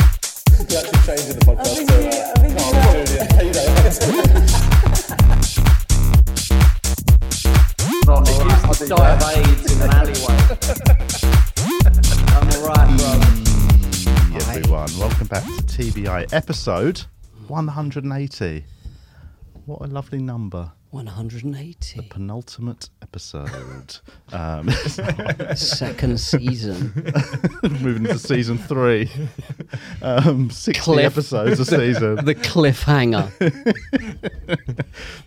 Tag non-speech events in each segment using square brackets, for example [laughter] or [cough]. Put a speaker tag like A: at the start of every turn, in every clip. A: things can actually change in the podcast.
B: think you-
A: so, uh,
B: I think
A: no,
B: you
A: I'm
B: know.
A: doing it. Hey, you know,
C: Right, used to die of AIDS in an alleyway. I'm alright, bro.
D: everyone. Welcome back to TBI episode 180. What a lovely number.
E: 180.
D: Penultimate episode. um, [laughs]
E: Second season.
D: moving into season three. Um, 60
E: Cliff.
D: episodes a season.
E: [laughs] [laughs] the cliffhanger.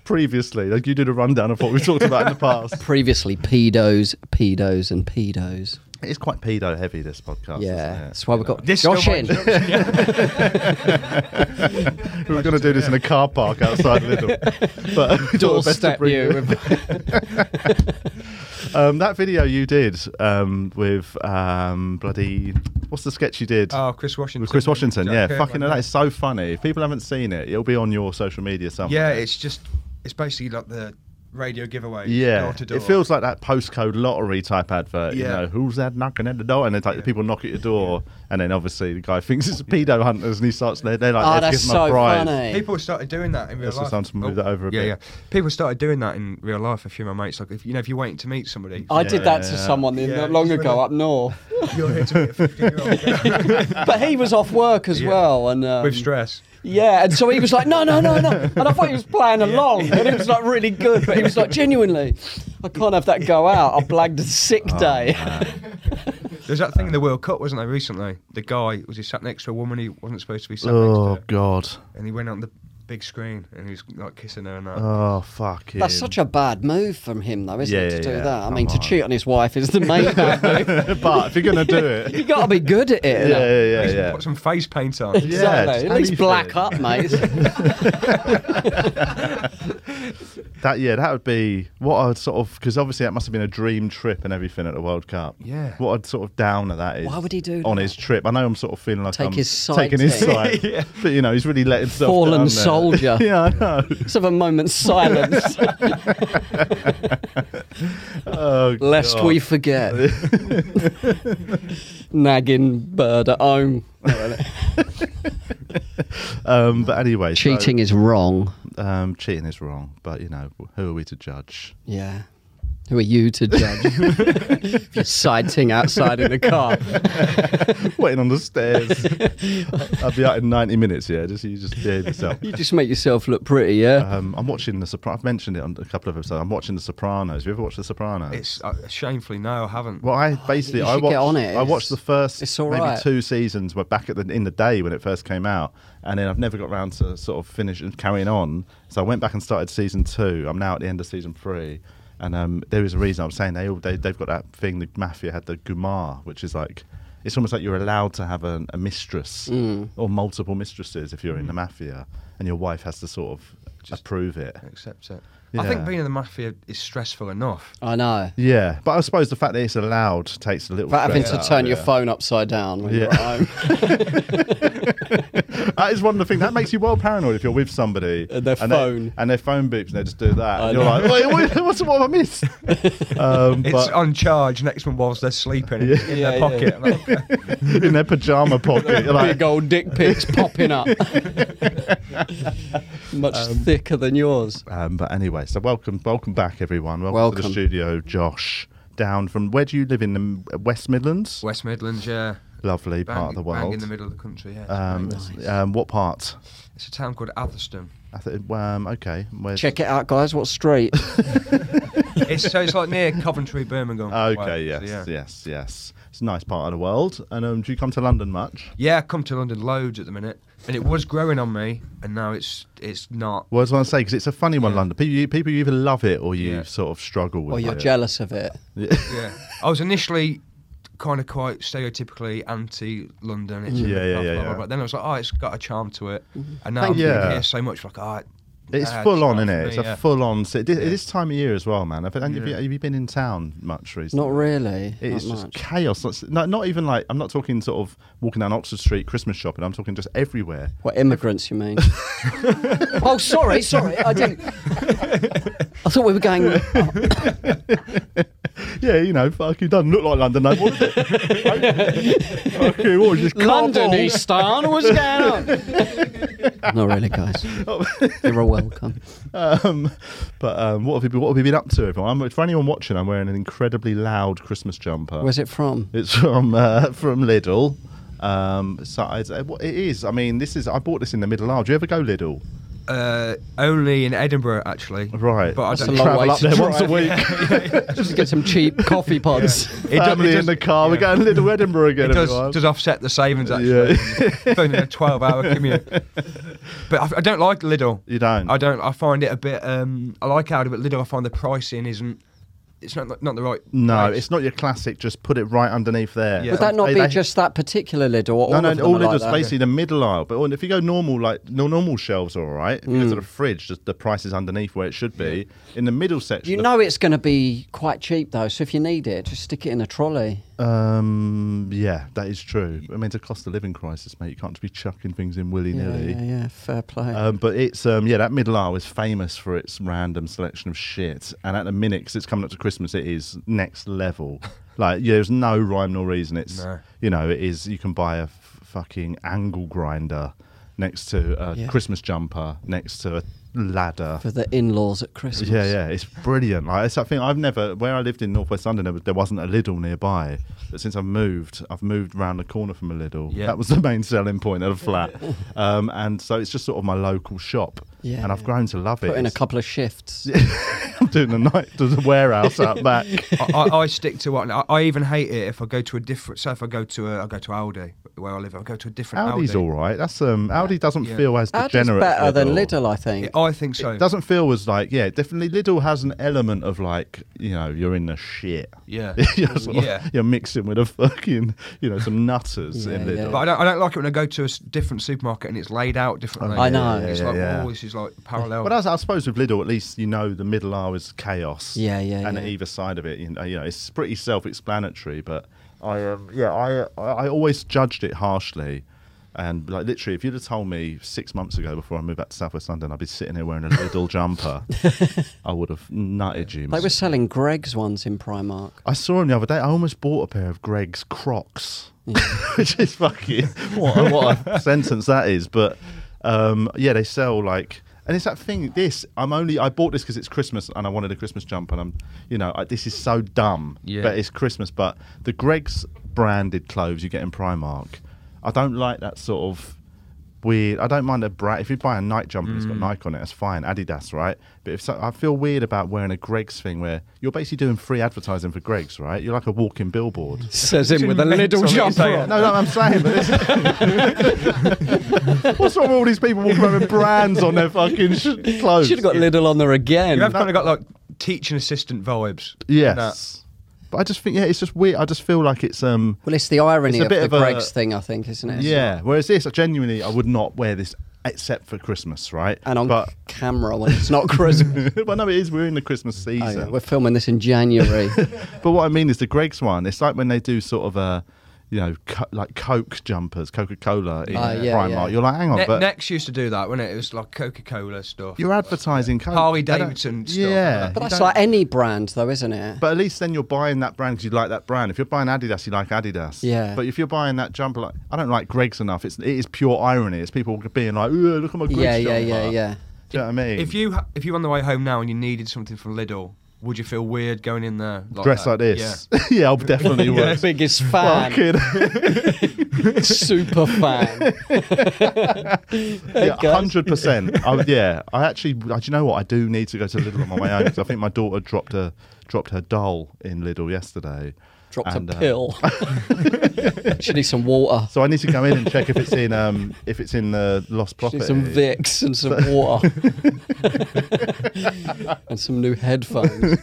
D: Previously, like you did a rundown of what we've talked about in the
E: [laughs]
D: past.
E: Previously, pedos, pedos, and pedos.
D: It's quite pedo heavy, this podcast.
E: yeah,
D: Isn't
E: that's
D: it?
E: why we've got Josh in.
D: We were going to do this in a car park outside Lidl. But [laughs] we thought it best to
E: Doorstep
D: bring
E: you.
D: it- Um, that video you [laughs] did um, with um, bloody what's the sketch you did?
F: Oh, Chris Washington.
D: with Chris Washington,
F: Jack
D: yeah,
F: Kirkman,
D: fucking hell, that is so funny. If people haven't seen it, it'll be on your social media somewhere.
F: Yeah, it's just it's basically like the radio giveaway.
D: yeah.
F: door to door.
D: It feels like that postcode lottery type advert. You
F: Yeah.
D: know, who's that knocking at the door? And it's like the people knock at your door, and then obviously the guy thinks it's pedo hunters, and he starts. They're, they're like,
E: oh,
D: "Let's
E: that's
D: give him a
E: so
D: prize."
E: funny.
F: People started doing that in real
D: That's the
F: life. Oh,
D: time to move that over a
F: yeah,
D: bit.
F: Yeah, People started doing that in real life. A few of my mates, like if you know, if you're waiting to meet somebody,
E: I did that
D: Yeah.
E: to someone in-
F: Yeah,
E: not long
F: it's
E: ago
F: really-
E: up north.
F: you're [laughs] here to meet a 15 year old
E: [laughs] but he was off work as
F: Yeah.
E: well. and um,
F: with stress.
E: Yeah, and so he was like, no, no, no, no. And I thought he was playing along, and it was like really good, but he was like, genuinely, I can't have that go out. I blagged a sick day.
F: There's that thing in the World Cup, wasn't there recently? The guy was he sat next to a woman he wasn't supposed to be sat
D: Oh
F: next to,
D: god.
F: and he went on the big screen and he was like kissing her and that.
D: Oh fucking.
E: [laughs] That's
D: [laughs]
E: such a bad move from him, though, isn't
D: Yeah,
E: it? To do
D: yeah,
E: that. I
D: come
E: mean, to
D: on.
E: cheat on his wife is
D: [laughs]
E: the main bad move.
D: but if you're gonna do
E: [laughs] You
D: it,
E: got to be good at
D: yeah,
E: it. innit?
D: yeah, yeah,
F: He's
D: yeah.
F: Put some face paint on.
D: [laughs] Yeah,
E: Exactly.
D: just
E: At least
D: anything.
E: black up, mate. [laughs]
D: That yeah, that would be what I'd sort of because obviously that must have been a dream trip and everything at the World Cup.
F: Yeah.
D: what I'd sort of downer that is.
E: Why would he do
D: on
E: that?
D: his trip? I know I'm sort of feeling like
E: Take
D: I'm
E: his side
D: taking his
E: thing. [laughs]
D: side, but you know he's really let himself
E: Fallen
D: down there.
E: soldier.
D: [laughs] yeah, I know.
E: Let's have a
D: [laughs]
E: moment's silence,
D: Oh,
E: lest
D: God. [laughs]
E: we forget. [laughs] Nagging bird at
D: [laughs]
E: home.
D: Um, but anyway, so,
E: Cheating is wrong.
D: um, cheating is wrong, but you know who are we to judge?
E: Yeah. Who are you
D: [laughs]
E: to judge? [laughs] if you're sighting outside in the car.
D: Waiting on the stairs. I'll be out in 90 minutes. Yeah, just you just behave yourself.
E: [laughs] You just make yourself look pretty, yeah?
D: Um, I'm watching the Sopranos. I've mentioned it on a couple of episodes. I'm watching the Sopranos. Have you ever watched the Sopranos?
F: It's uh, shamefully no, I haven't.
D: Well, I basically
E: Oh, you
D: I
E: should get
D: watched
E: on it.
D: I watched the first
E: It's all
D: maybe
E: right.
D: two seasons were back at the in the day when it first came out, and then I've never got round to sort of finish and carrying on. So I went back and started season two. I'm now at the end of season three, and um, there is a reason I'm saying they all they, they've got that thing the mafia had the gumar, which is like. It's almost like you're allowed to have an, a mistress
E: Mm.
D: or multiple mistresses if you're in the mafia, and your wife has to sort of
F: Just-
D: approve it.
F: Accept it.
D: Yeah.
F: I think being in the mafia is stressful enough.
E: I know.
D: Uh, Yeah, but I suppose the fact that it's allowed takes a little.
E: About having
D: stress out
E: to
D: of
E: turn your
D: it.
E: phone upside down when you're
D: Yeah.
E: at home.
D: [laughs] That is one of the things that makes you well paranoid if you're with somebody
E: And Uh, their
D: they-
E: phone.
D: and their phone beeps and they just do that.
E: I
D: and you're
E: know.
D: like, Wait, what, [laughs] what's what have I
E: [laughs]
D: missed? um,
F: It's
D: but
F: on charge next one whilst they're sleeping in
E: Yeah, yeah.
F: their pocket. I'm like, okay.
D: [laughs] in their pajama
E: [laughs]
D: pocket, you're like,
E: Big old dick pics
D: [laughs]
E: popping up. Much thicker than yours.
D: um, but anyway, so welcome, welcome back, everyone. Welcome, to the
E: Welcome.
D: studio, Josh. Down from where do you live in the M- uh, West Midlands?
F: [laughs] West Midlands, yeah.
D: Lovely
F: Bang,
D: part of the
F: Bang
D: world.
F: in the middle of the country, yeah.
D: um,
F: It's, amazing.
D: um, what part?
F: It's a town called Atherston.
D: I think. Um, okay. Where's,
E: Check it out, guys.
D: [laughs]
E: What street?
F: it's, so it's like near Coventry, Birmingham.
D: [laughs] Okay.
F: way,
D: Yes.
F: so
D: Yes. Yes. It's a nice part of the world. And um, do you come to London much?
F: Yeah, I come to London loads at the minute, and it was growing on me, and now it's it's not.
D: Well, I was going to say because it's a funny one,
F: Yeah.
D: London. People, you, people either love it or you
F: Yeah.
D: sort of struggle with
E: or
D: it.
E: you're jealous of it.
F: Yeah, [laughs] I was initially kind of quite stereotypically anti-London. It's
D: Yeah, yeah, yeah, yeah.
F: But then I was like, oh, it's got a charm to it, and now
E: Thank
F: I'm
D: you. Yeah.
F: here so much. Like, oh,
D: It's
F: nah,
D: full on,
F: not
D: innit?
F: for
D: It's
F: me,
D: a
F: yeah.
D: full on. It is time of year as well, man. Have, have, you,
F: Yeah.
D: have you been in town much recently?
E: Not really.
D: It
E: not
D: is just
E: much.
D: chaos. It's Not, not even like I'm not talking sort of walking down Oxford Street Christmas shopping. I'm talking just everywhere. [laughs]
E: What immigrants you mean? oh, sorry, uh, sorry, I didn't. I thought we were going.
D: yeah, you know, fuck, you doesn't look like London, though. What is it? [laughs]
E: [laughs]
D: fuck you, what is this?
E: London,
D: cardboard?
E: Easton, what's going on? [laughs] Not really, guys.
D: [laughs]
E: You're welcome.
D: Um, but um, what have you been, what have you been up to, everyone? I'm, for anyone watching, I'm wearing an incredibly loud Christmas jumper.
E: Where's it from?
D: It's from uh, from Lidl. Um, so it's, uh, what- it is. I mean, this is. I bought this in the middle aisle. Do you ever go Lidl?
F: Uh, only in Edinburgh, actually.
D: Right.
F: But I
E: That's
F: don't
E: a long
D: Travel
E: way
D: up
E: to
F: [laughs]
D: there once a
E: drive.
D: week.
E: Just get
D: [laughs]
E: some cheap coffee pods.
F: It do- it
D: Family in
F: does-
D: the car. We're
F: yeah.
D: going Lidl Edinburgh again.
F: It does,
D: everyone.
F: does offset the savings
D: Yeah.
F: actually. [laughs]
D: [laughs]
F: Only a twelve-hour commute. But I, I don't like Lidl.
D: You don't?
F: I don't. I find it a bit. Um, I like Aldi, but Lidl, I find the pricing isn't. It's not not the right.
D: No,
F: price.
D: it's not your classic. Just put it right underneath there.
F: Yeah.
E: Would that not
D: They-
E: be
D: they-
E: just that particular lid or all
D: No,
E: of
D: no,
E: them
D: all
E: are like
D: Lidl's
E: that?
D: basically the middle aisle. But all- if you go normal, like no normal shelves are all right. If you
E: Mm.
D: go to the fridge, just the price is underneath where it should be. In the middle section,
E: You
D: the-
E: know it's going to be quite cheap though, so if you need it, just stick it in a trolley.
D: Um, yeah, that is true. I mean, it's a cost of living crisis, mate. You can't just be chucking things in willy
E: Yeah,
D: nilly.
E: yeah, yeah, fair play.
D: Um, but it's um, yeah, that middle aisle is famous for its random selection of shit, and at the minute, 'cause it's coming up to Christmas, it is next
E: [laughs]
D: level. like yeah, there's no rhyme nor reason. It's
F: No.
D: you know, it is. You can buy a f- fucking angle grinder next to a
E: Yeah.
D: Christmas jumper next to a ladder.
E: for the in-laws at Christmas.
D: Yeah, yeah, it's brilliant. Like it's that thing I've never where I lived in northwest London, there, was- there wasn't a Lidl nearby. But since I've moved, I've moved round the corner from a Lidl.
F: Yeah.
D: That was the main selling point of
F: [laughs]
D: the flat, um, and so it's just sort of my local shop.
E: Yeah.
D: and I've grown to love it.
E: Put in a
D: It's-
E: couple of shifts.
D: [laughs] I'm doing the night to the warehouse out
E: [laughs]
D: back.
F: I, I, I stick to what I, I even hate it if I go to a different. So if I go to a, I go to Aldi where I live. I go to a different
D: Aldi's
F: Aldi.
D: all right. That's um, Aldi doesn't
F: Yeah.
D: feel as
E: Aldi's
D: degenerate. as
E: better than Lidl, I think.
D: oh,
F: Yeah, I think so.
D: It doesn't feel as like yeah, definitely Lidl has an element of like you know you're in the shit.
F: Yeah.
D: [laughs] you're, sort of-
F: Yeah.
D: you're mixing with a fucking you know some nutters in
E: Yeah, yeah.
D: Lidl.
F: But I don't, I don't like it when I go to a s- different supermarket and it's laid out differently.
E: I know.
F: It's
D: Yeah,
F: like,
D: yeah.
F: oh, this is like parallel.
D: But as I suppose with Lidl, at least you know the middle aisle is chaos.
E: Yeah, yeah,
D: And
E: yeah.
D: either side of it, you know, you know, it's pretty self-explanatory. But I, um, yeah, I, I I always judged it harshly, and like literally, if you'd have told me six months ago before I moved back to Southwest London, I'd be sitting here wearing a Lidl
E: [laughs]
D: jumper, I would have nutted you.
E: They were selling Greg's ones in Primark.
D: I saw him the other day. I almost bought a pair of Greg's Crocs, [laughs] which is fucking Mm. what a, what [laughs] a sentence that is. But um, yeah, they sell like, and it's that thing. This I'm only I bought this because it's Christmas and I wanted a Christmas jumper. And I'm, you know, I, this is so dumb.
F: Yeah.
D: But it's Christmas. But the Greg's branded clothes you get in Primark, I don't like that sort of weird. I don't mind a bra. If you buy a Nike jumper, and it's got Nike on it. That's fine. Adidas, right? But if so, I feel weird about wearing a Greg's thing, where you're basically doing free advertising for Greg's, right? You're like a walking billboard.
E: Says him with a
F: mental
E: Lidl
F: what you're
E: jumper.
F: saying.
E: on.
D: No, no, I'm saying. But this- [laughs] what's wrong with all these people walking around with brands on their fucking sh- clothes?
E: Should have got Lidl on there again.
F: you have kind of got like teaching assistant vibes.
D: yes. But I just think, yeah, it's just weird. I just feel like it's um,
E: Well, it's the irony
D: It's a
E: of
D: bit
E: the
D: of a-
E: Greg's thing, I think, isn't it?
D: yeah. Whereas this, I genuinely, I would not wear this except for Christmas, right?
E: And on
D: but, [laughs] uh,
E: c- camera when it's not Christmas.
D: but no, it is. We're in the Christmas season.
E: Oh, yeah, We're filming this
D: [laughs]
E: in January.
D: But what I mean is the Greg's one. It's like when they do sort of a, you know, co- like Coke jumpers, Coca Cola in
E: Ah, yeah,
D: Primark.
E: yeah.
D: You're like, hang on,
F: Ne-
D: but
F: Next used to do that, wasn't it? It was like Coca Cola stuff.
D: you're advertising Coke,
F: Harley
D: They don't-
F: Davidson stuff,
D: Yeah,
F: like
D: you
E: but that's
D: don't-
E: like any brand, though, isn't
D: [laughs]
E: it?
D: But at least then you're buying that brand because you like that brand. If you're buying Adidas, you like Adidas.
E: Yeah.
D: But if you're buying that jumper, like I don't like Greg's enough. It's it is pure irony. It's people being like, "Ooh, look at my Greg's
E: yeah, yeah,
D: jumper."
E: yeah, yeah.
D: Do you know what I mean?
F: If you ha- if you were on the way home now and you needed something from Lidl, would you feel weird going in there? Like
D: dress
F: that?
D: like this, [laughs] yeah,
F: [laughs]
D: I'll definitely
E: Your
D: wear.
E: biggest fan,
D: Fucking
E: [laughs]
D: [laughs]
E: super fan.
D: Yeah,
E: guys.
D: hundred percent. I would- Yeah, I actually. I- Do you know what? I do need to go to Lidl on my way home 'cause I think my daughter dropped her dropped her doll in Lidl yesterday.
E: Dropped
D: And,
E: a
D: uh,
E: pill.
D: [laughs]
E: she needs some water.
D: so I need to go in and check if it's in um if it's in the lost
E: She
D: property.
E: needs some Vicks and some water. [laughs] and some new headphones.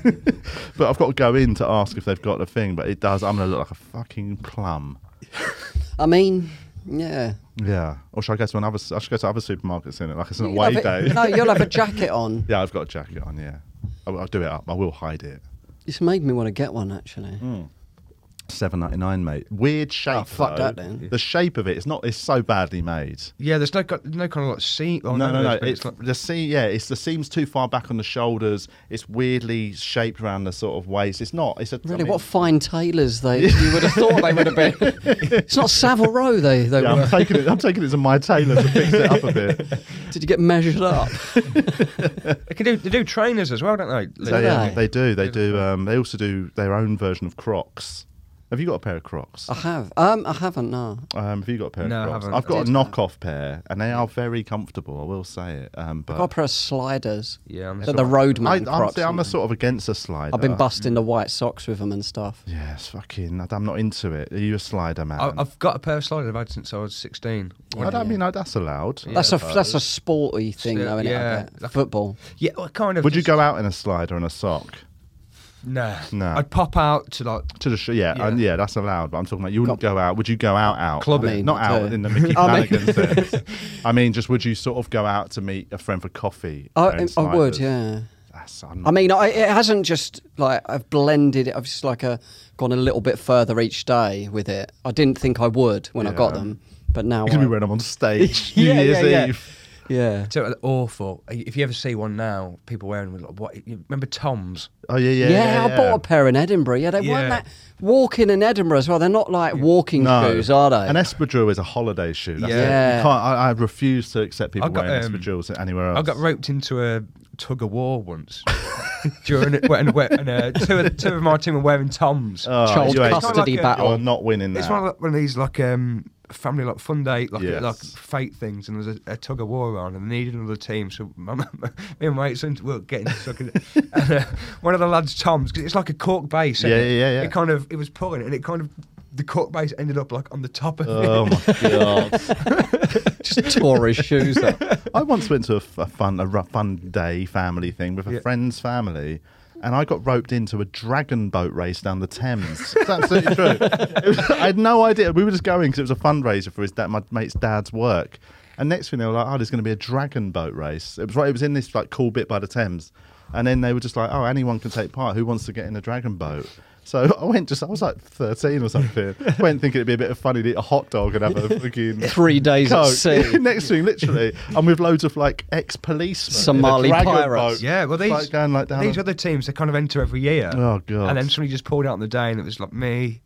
D: but I've got to go in to ask if they've got the thing. But it does. I'm gonna look like a fucking plum.
E: I mean, yeah.
D: Yeah. Or should I go to another? I should go to other supermarkets in it. Like it's an
E: You
D: away
E: could have
D: day.
E: it- No, you'll have a jacket on.
D: [laughs] Yeah, I've got a jacket on. Yeah, I, will do it up. I will hide it. Hmm.
E: It's made me want to get one, actually.
D: Seven ninety nine, mate. Weird shape.
E: fuck
D: though.
E: that then.
D: The shape of it, it's not. It's so badly made.
F: Yeah, there's no co- no kind of like seam. Oh,
D: no, no, no.
F: there's-
D: It's,
F: but like-
D: the seam. Yeah, it's the seams too far back on the shoulders. It's weirdly shaped around the sort of waist. It's not. It's a I
E: Really,
D: mean-
E: what fine tailors
D: [laughs]
E: they you would have thought they would have been. It's not Savile Row they they
D: Yeah,
E: [laughs]
D: I'm
E: were.
D: taking it. I'm taking it to my tailor to fix it up a
E: [laughs]
D: bit.
E: Did you get measured up?
F: they can do they do trainers as well, don't they?
D: So, yeah,
E: they?
D: they do. They do. Um, they also do their own version of Crocs. Have you got a pair of Crocs?
E: I have. Um, I haven't. No.
D: Um, have you got a pair
F: No, I
D: of Crocs?
F: haven't.
D: I've
F: I
D: got a
F: did.
D: knockoff pair, and they are very comfortable. I will say it. Um,
E: I've got a
D: but
E: pair of sliders.
F: Yeah, I'm
E: They're
F: sort
E: the
F: of-
E: roadman
D: I, I'm,
E: Crocs,
D: see, I'm a
E: aren't they?
D: sort Uh, mm. of against a slider.
E: I've been busting the white socks with them and stuff.
D: Yes, fucking. I'm not into it. Are you a slider man?
F: I, I've got a pair of sliders I've had since I was 16.
D: I don't mean that's allowed.
E: That's a that's a sporty thing,
F: Still,
E: though, isn't
F: yeah.
E: it? I bet. Football.
F: Yeah, well, kind of.
D: Would you
F: just-
D: go out in a slider and a sock?
F: Nah.
D: Nah.
F: I'd pop out to like.
D: To the sh- yeah, yeah,
F: Yeah.
D: and yeah, that's allowed. But I'm talking about you wouldn't go out. Would you go out out
F: Clubbing.
D: I mean,
E: I
D: not
E: mean,
D: out
E: yeah.
D: in the Mickey
E: [laughs] I mean-
D: Flanagan sense. I mean, just would you sort of go out to meet a friend for coffee?
E: I,
D: wearing
E: I would,
D: sliders?
E: yeah.
D: That's, I'm
E: I
D: not,
E: mean, I, it hasn't just like I've blended it. I've just like a, gone a little bit further each day with it. I didn't think I would when I got
D: Yeah.
E: them, but now
D: you could be
E: I-
D: wearing them on stage New
E: [laughs] Yeah,
D: Year's
E: yeah, yeah.
D: Eve.
E: yeah.
F: So awful. If you ever see one now, people wearing them, like, what? You remember Tom's?
D: Oh yeah, yeah,
E: Yeah,
D: yeah.
E: I bought a pair in Edinburgh. Yeah, they
F: Yeah.
E: weren't that walking in Edinburgh as well. They're not like walking shoes, are they?
D: An espadrille is a holiday shoe. That's
F: Yeah.
D: it. You
E: Yeah.
D: can't- I, I refuse to accept people
F: I got,
D: wearing
F: um,
D: espadrilles anywhere else.
F: I got roped into a tug of war once [laughs] during it when, when and, uh, two, of, two of my team were wearing Tom's.
D: Oh,
E: Child
D: you ain't-
E: custody
F: It's not like a-
E: battle.
D: You're not winning that.
F: It's one of, the, one of these like um, family like fun day like
D: Yes.
F: like fate things, and there's a, a tug of war on, and they needed another team. So [laughs] my, me and my son were getting stuck.
D: [laughs]
F: In, and, uh, one of the lads, Tom's, because it's like a cork base. isn't
D: Yeah,
F: it?
D: yeah, yeah, yeah.
F: It kind of it was pulling, and it kind of the cork base ended up like on the top of it.
D: oh my god.
E: [laughs] Just Tory
D: [laughs]
E: shoes. though.
D: I once went to a, f- a fun a ru- fun day family thing with a
F: Yeah.
D: friend's family. And I got roped into a dragon boat race down the Thames. It's absolutely true. It was- I had no idea. We were just going because it was a fundraiser for his dad, my mate's dad's work. And next thing they were like, "Oh, there's going to be a dragon boat race." It was right. It was in this like cool bit by the Thames. And then they were just like, "Oh, anyone can take part. Who wants to get in a dragon boat?" So [laughs] I went. Just I was like 13 or something. went thinking it'd be a bit of fun to eat a hot dog and have a fucking
E: Three days at
D: Coke. [laughs]
E: sea.
D: Next thing, literally, and with loads of like ex-policemen,
E: Somali
D: in a dragon
E: pirates.
F: [laughs]
D: boat.
F: Yeah, well
D: It's
F: these
D: like going like down.
F: these
D: a-
F: other teams they kind of enter every year.
D: Oh, God.
F: And then somebody just pulled out on the day, and it was like me,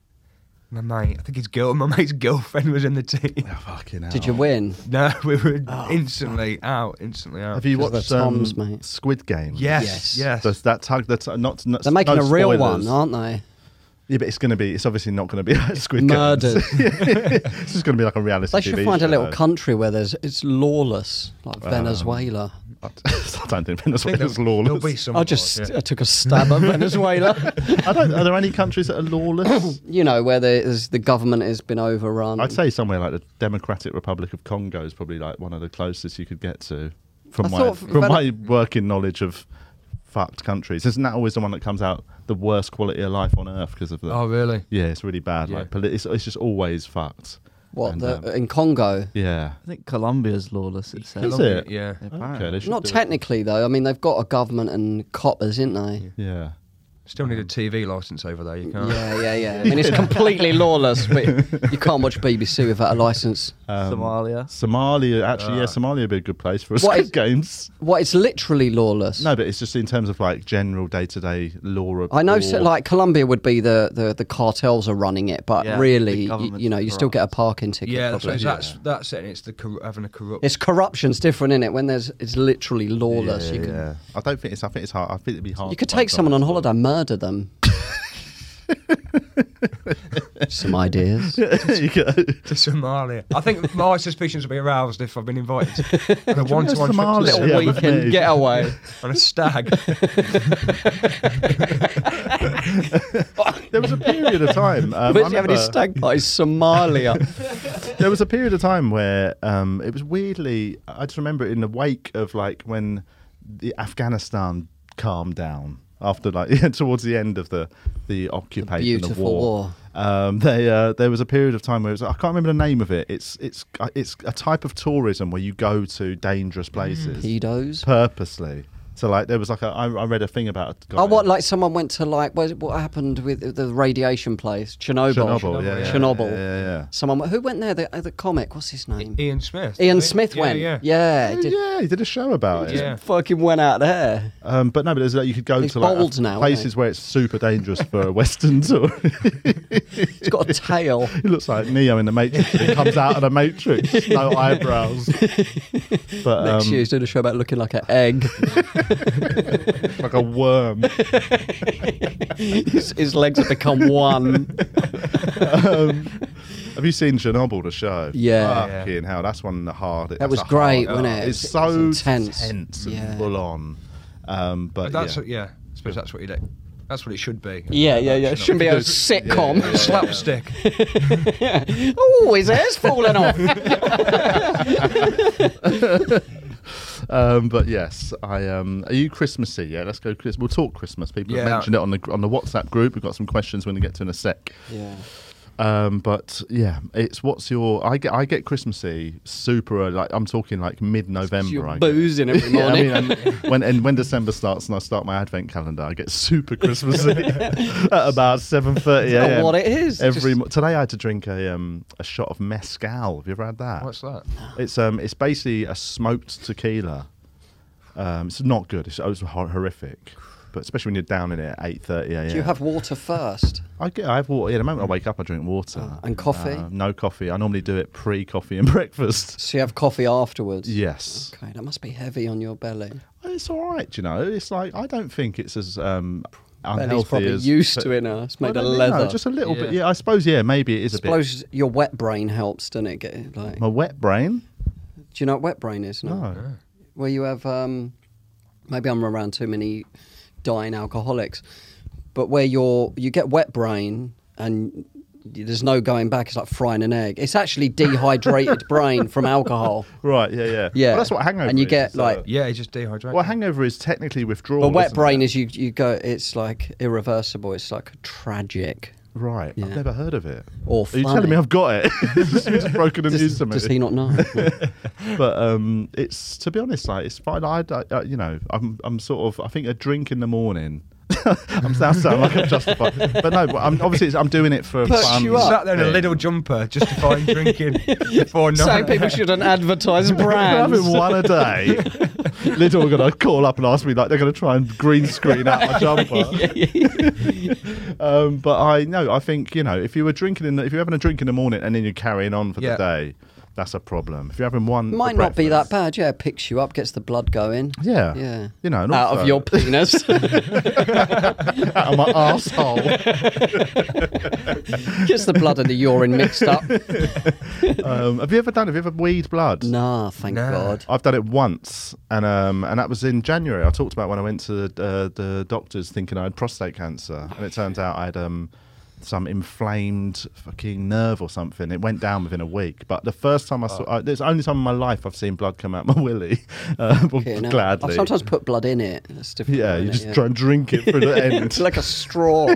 F: my mate. I think his girl, [laughs] my mate's girlfriend was in the team. [laughs]
D: Oh, fucking hell.
E: Did you win?
F: No, we were instantly out. Instantly out.
D: Oh, Have you
E: 'Cause
D: watched
E: they're
D: um,
E: Toms, mate.
D: Squid Game?
F: Yes,
E: Yes.
F: yes.
D: Does that tug? That's uh, not, not.
E: They're making
D: no
E: a real
D: spoilers.
E: one, aren't they?
D: Yeah, but it's going to be. It's obviously not going to be [laughs] like Squid Game.
E: Murdered.
D: [laughs] it's just going to be like a reality.
E: They should
D: TV
E: find
D: show. Um,
E: a little country where there's it's lawless, like Venezuela.
D: [laughs] I don't
F: I
D: think
F: think
D: Venezuela's
F: there'll-
D: lawless.
F: There'll be some.
E: I
F: of
E: just uh,
F: us, yeah.
E: I took a stab at Venezuela.
D: [laughs] I don't. Are there any countries that are
E: [coughs]
D: lawless?
E: [laughs] you know where there's the government has been overrun.
D: I'd say somewhere like the Democratic Republic of Congo is probably like one of the closest you could get to from
E: I
D: my
E: thought
D: from
E: Ven-
D: my working knowledge of fucked countries. Isn't that always the one that comes out the worst quality of life on earth because of the?
F: Oh really?
D: yeah, it's really bad. Like poli- it's, it's just always fucked.
E: what
D: And,
E: the,
D: um,
E: in Congo?
D: yeah.
B: I think Colombia's lawless. It says.
D: Is it?
F: Yeah.
D: Okay,
B: Apparently.
D: they should
E: Not
D: do it.
E: technically though. I mean, they've got a government and coppers, isn't they?
D: Yeah.
F: Still need a TV license over there. You can't.
E: Yeah,
D: [laughs]
E: yeah, yeah. I mean, it's completely lawless, but you can't watch BBC without a license.
D: Uh, um,
B: Somalia.
D: Somalia, actually, yeah, Somalia would be a good place for a
E: Uh. What
D: Squid
E: is-
D: Games.
E: What? It's literally lawless.
D: No, but it's just in terms of like general day to day law.
E: I know,
D: or-
E: so, like Colombia would be the, the, the cartels are running it, but
B: Yeah, the
E: really, you,
B: government's
E: you know, you still get a parking ticket.
F: Yeah, that's,
E: probably.
F: what- that's that's it. It's the corru- having a corrupt.
E: It's corruption's different, isn't it? When there's it's literally
D: Yeah,
E: lawless. you, can,
D: yeah. I don't think it's. I think it's hard. I think it'd be hard.
E: you
D: to
E: could
D: find
E: take someone on
D: somewhere.
E: holiday, and murder them. Some ideas.
D: [laughs] you could.
F: to [laughs] Somalia. I
E: [laughs]
F: think my suspicions will be aroused if I've been invited on a one-to-one
D: Somalia?
F: trip to
D: Yeah,
F: Somalia
D: with me.
E: [laughs] getaway.
F: on a stag.
E: [laughs]
D: There was a period of
E: [laughs]
D: time. Um, I
E: Imagine having his
D: remember-
E: stag party, Somalia.
D: there was a period of time where um, it was weirdly. I just remember it in the wake of like when the Afghanistan calmed down after like [laughs] towards the end of the the occupation, the,
E: beautiful
D: war.
E: war.
D: Um, they, uh, there was a period of time where it was, I can't remember the name of it. It's it's uh,
E: Mm.
D: it's a type of tourism where you go to dangerous places
E: Pedos.
D: purposely. So like there was like a, I, I read a thing about. A guy-
E: Oh, what? Like someone went to like what, what happened with the radiation place, Chernobyl.
D: Chernobyl, yeah, yeah,
E: Chernobyl.
D: yeah, yeah, yeah.
E: Someone went- who went there. The, uh, the comic. What's his name?
F: Ian Smith.
E: Ian
F: I think.
E: Smith
F: yeah,
E: went.
F: Yeah.
E: yeah did-
D: Oh, yeah, he did a show about it.
F: Yeah.
E: Fucking went out there.
D: Um, but no, but there's, like, you could go
E: It's
D: to like
E: bold now, isn't
D: places
E: it?
D: where it's super dangerous for [laughs] westerns. Or
E: It's got
D: [laughs]
E: a tail.
D: he looks like Neo in the Matrix. He comes out of the
E: [laughs]
D: Matrix, no eyebrows. [laughs] But
E: Next
D: um,
E: year he's doing a show about looking like an egg.
D: [laughs] like a worm.
E: [laughs] his, his legs have become one.
D: [laughs] um, have you seen Chernobyl, the show?
E: Yeah.
F: Yeah.
D: Fucking hell, that's one of the hard.
E: That was great,
D: hard,
E: wasn't it?
D: It's
E: It was
D: so
E: intense.
D: intense, and
E: Yeah.
D: full on. Um,
F: But
D: but
F: that's
D: yeah.
F: what- yeah. I suppose that's what you do. That's what it should be.
E: Yeah, yeah, yeah. It shouldn't be a sitcom.
F: slapstick.
E: [laughs] oh, his hair's falling
D: [laughs]
E: off. [laughs]
D: [laughs] Um, but yes, I um, are you Christmassy? Yeah, let's go. Chris, we'll talk Christmas. People have
F: Yeah.
D: mentioned it on the on the WhatsApp group. We've got some questions we're going to get to in a sec.
E: yeah.
D: Um, but yeah, it's what's your? I get I get Christmassy super early. Like I'm talking like mid November.
E: You're boozing
D: [laughs]
E: every
D: Yeah, I
E: morning.
D: mean, and when and when December starts and I start my advent calendar, I get super
E: [laughs]
D: Christmassy at about seven thirty
E: not
D: a.m.
E: what it is,
D: Every
E: just-
D: mo- today, I had to drink a um a shot of mezcal. Have you ever had that?
F: What's that?
D: It's um it's basically a smoked tequila. Um, it's not good. It's, it was hor- horrific. But especially when you're down in it at eight thirty a.m.
E: Do you have water first?
D: I get. I have water. Yeah, the moment I wake up, I drink water
E: Oh, and coffee?
D: Uh, no coffee. I normally do it pre-coffee and [laughs] breakfast.
E: So you have coffee afterwards?
D: Yes,
E: Okay, that must be heavy on your belly.
D: it's all right. You know, it's like I don't think it's as um,
E: Belly's
D: unhealthy
E: probably
D: as
E: used
D: but-
E: to it now. It's
D: I
E: made of
D: don't think- no,
E: leather.
D: just a little bit.
F: Yeah.
D: Yeah, I suppose. Yeah, maybe it is a bit.
E: suppose your wet brain helps, doesn't it? Get, like,
D: My wet brain. Oh.
E: do you know what wet brain is? No.
D: No.
E: Where you have, um, maybe I'm around too many dying alcoholics, but where you're, you get wet brain and y- there's no going back. It's like frying an egg. It's
D: [laughs]
E: actually dehydrated brain from alcohol.
D: Right. Yeah. Yeah.
E: Yeah.
D: Well, that's what a hangover.
E: And you
D: is,
E: get,
D: is that-
E: like-
F: Yeah, it just dehydrates.
D: Well, a hangover is technically withdrawal.
E: But wet
D: isn't
E: brain
D: it?
E: is you, you go, it's like irreversible. It's like tragic.
D: Right.
E: Yeah.
D: I've never heard of it.
E: Or
D: Are you telling
E: funny.
D: me I've got it? [laughs] it's just broken and news
E: Does,
D: to me.
E: does he
D: [laughs]
E: not know?
D: but um, it's to be honest, like it's fine. I, I, I- you know, I'm, I'm sort of. I think a drink in the morning. [laughs] I'm sound, sound like I'm justified, but no. But I'm obviously it's, I'm doing it for
E: Perks
D: fun.
E: you up.
F: Sat there in a
D: thing. [laughs]
F: little jumper, justifying drinking
E: [laughs]
F: before
E: Saying
F: nine.
E: people
D: [laughs]
E: shouldn't advertise
D: I'm having
E: brands.
D: one a
E: [laughs]
D: day. Little are gonna call up and ask me like they're gonna try and green screen out
E: [laughs]
D: my jumper. um, but I know I think you know if you were drinking in the, if you're having a drink in the morning and then you're carrying on for
F: Yeah.
D: the day, that's a problem. If you're having one, for
E: Might not be that
D: breakfast-
E: bad. Yeah, picks you up, gets the blood going.
D: Yeah,
E: Yeah.
D: You know, and
E: Out
D: also-
E: of
D: [laughs]
E: your penis.
D: out of my asshole.
E: [laughs] gets the blood and the urine
D: [laughs]
E: mixed up.
D: um, have you ever done? Have you ever weed blood?
E: Nah, thank
F: Nah.
E: God.
D: I've done it once, and um, and that was in January. I talked about when I went to uh, the doctors thinking I had prostate cancer, and it turns out I had um, some inflamed fucking nerve or something. It went down within a week. But the first time I saw, I, it's the only time in my life I've seen blood come out my willy. [laughs] Uh, well,
E: Okay, now-
D: gladly,
E: I sometimes put blood in it. That's different.
D: yeah,
E: isn't
D: you
E: it?
D: just
E: Yeah.
D: try and drink it through
E: [laughs]
D: the end.
E: It's like
D: [laughs]
E: a straw.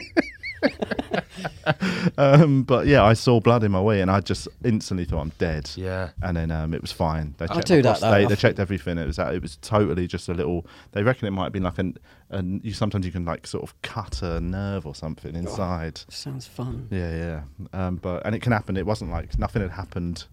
D: um, but yeah, I saw blood in my wee, and I just instantly thought I'm dead.
F: [laughs] Yeah.
D: And then um, it was fine. They checked
E: do
D: my
E: that, though.
D: prostate,
E: I
D: They
E: think-
D: checked everything. It was it was totally just a little. They reckon it might have been like an. an you sometimes you can like sort of cut a nerve or something inside.
E: Sounds fun.
D: Yeah, yeah. Um, but and it can happen. It wasn't like nothing had happened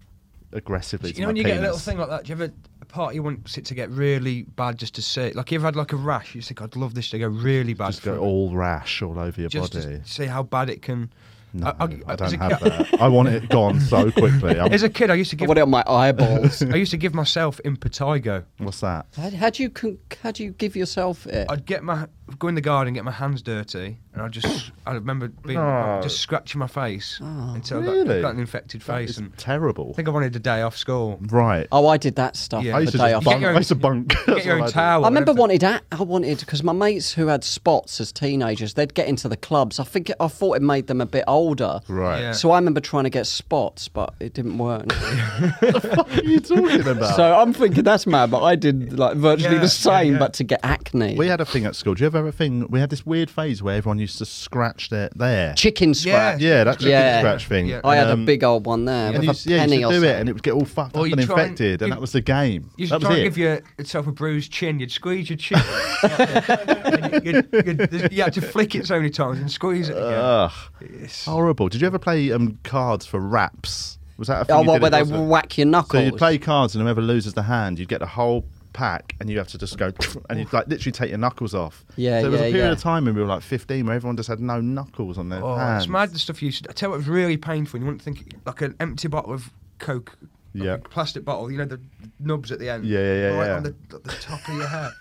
D: aggressively. to
F: You know
D: my
F: when you get a little
D: penis.
F: thing like that, do you ever a party wants it to get really bad just to see? Like you ever had like a rash, you just think I'd love this to go really bad.
D: Just
F: for
D: go
F: it."
D: all rash all over your
F: just
D: body.
F: to see how bad it can.
D: No, I,
F: as
D: don't
F: a
D: have
F: kid-
D: that. I want it gone so quickly.
F: [laughs]
D: I'm-
F: As a kid, I used to
E: I
F: give
E: want it on my
D: [laughs]
E: eyeballs.
F: I used to give myself impetigo.
D: what's that?
E: how, how do you con- how do you give yourself it?
F: I'd get my go in the garden, get my hands dirty, and I just I remember being
D: No.
F: just scratching my face
E: Oh.
F: until I got,
D: Really?
F: got an infected face,
D: It's
F: and I
D: terrible.
F: think I wanted a day off school.
D: Right.
E: oh, I did that stuff.
F: Yeah.
E: the
D: I used to
E: day
D: just
E: off.
F: get
D: bunk.
F: your own-
D: I used to bunk.
F: Get your own
D: [laughs] That's what I did.
F: towel.
E: I remember
F: and
E: wanted a- I wanted because my mates who had spots as teenagers, they'd get into the clubs. I think it- I thought it made them a bit older.
D: Right.
F: Yeah.
E: So I remember trying to get spots, but it didn't work.
D: [laughs] What are
F: [laughs]
D: you talking about?
E: [laughs] so I'm thinking that's mad, but I did like virtually
F: Yeah,
E: the same,
F: yeah, yeah.
E: but to get acne.
D: we had a thing at school. Do you ever have a thing? We had this weird phase where everyone used to scratch their there.
E: Chicken scratch.
D: yeah, that chicken
E: Yeah.
D: scratch thing.
F: Yeah.
E: I had a
D: Um,
E: big old one there
D: And
E: with
D: you,
E: a
D: used- yeah,
E: penny
D: you used
E: or
D: to do
E: something.
D: it, and it would get all fucked
F: Or
D: up
F: you
D: and
F: try and-
D: infected, and
F: you-
D: that was the game.
F: You should
D: that was
F: try and
D: it.
F: give your, yourself a bruised chin. You'd squeeze your chin. [laughs] And you'd, you'd, you had to flick it so many times and squeeze it again.
D: Ugh,
F: It's-
D: horrible. Did you ever play um, cards for raps? Was that a thing
E: Oh,
D: you
E: what
D: did
E: were
D: as
E: they?
D: well?
E: Whack your
D: So
E: knuckles.
D: you'd play cards, and whoever loses the hand, you'd get the whole pack, and you have to just go, [sniffs] and you'd like literally take your knuckles off.
E: Yeah,
D: so there was
E: yeah,
D: a period
E: yeah.
D: of time when we were like 15 where everyone just had no knuckles on their
F: Oh,
D: hands.
F: it's mad the stuff you used to. I tell you what was really painful. and You wouldn't think like an empty bottle of Coke, like
D: Yeah.
F: a plastic bottle. You know the nubs at the end.
D: Yeah, yeah, yeah,
F: Right
D: yeah.
F: on the, at the top of your head.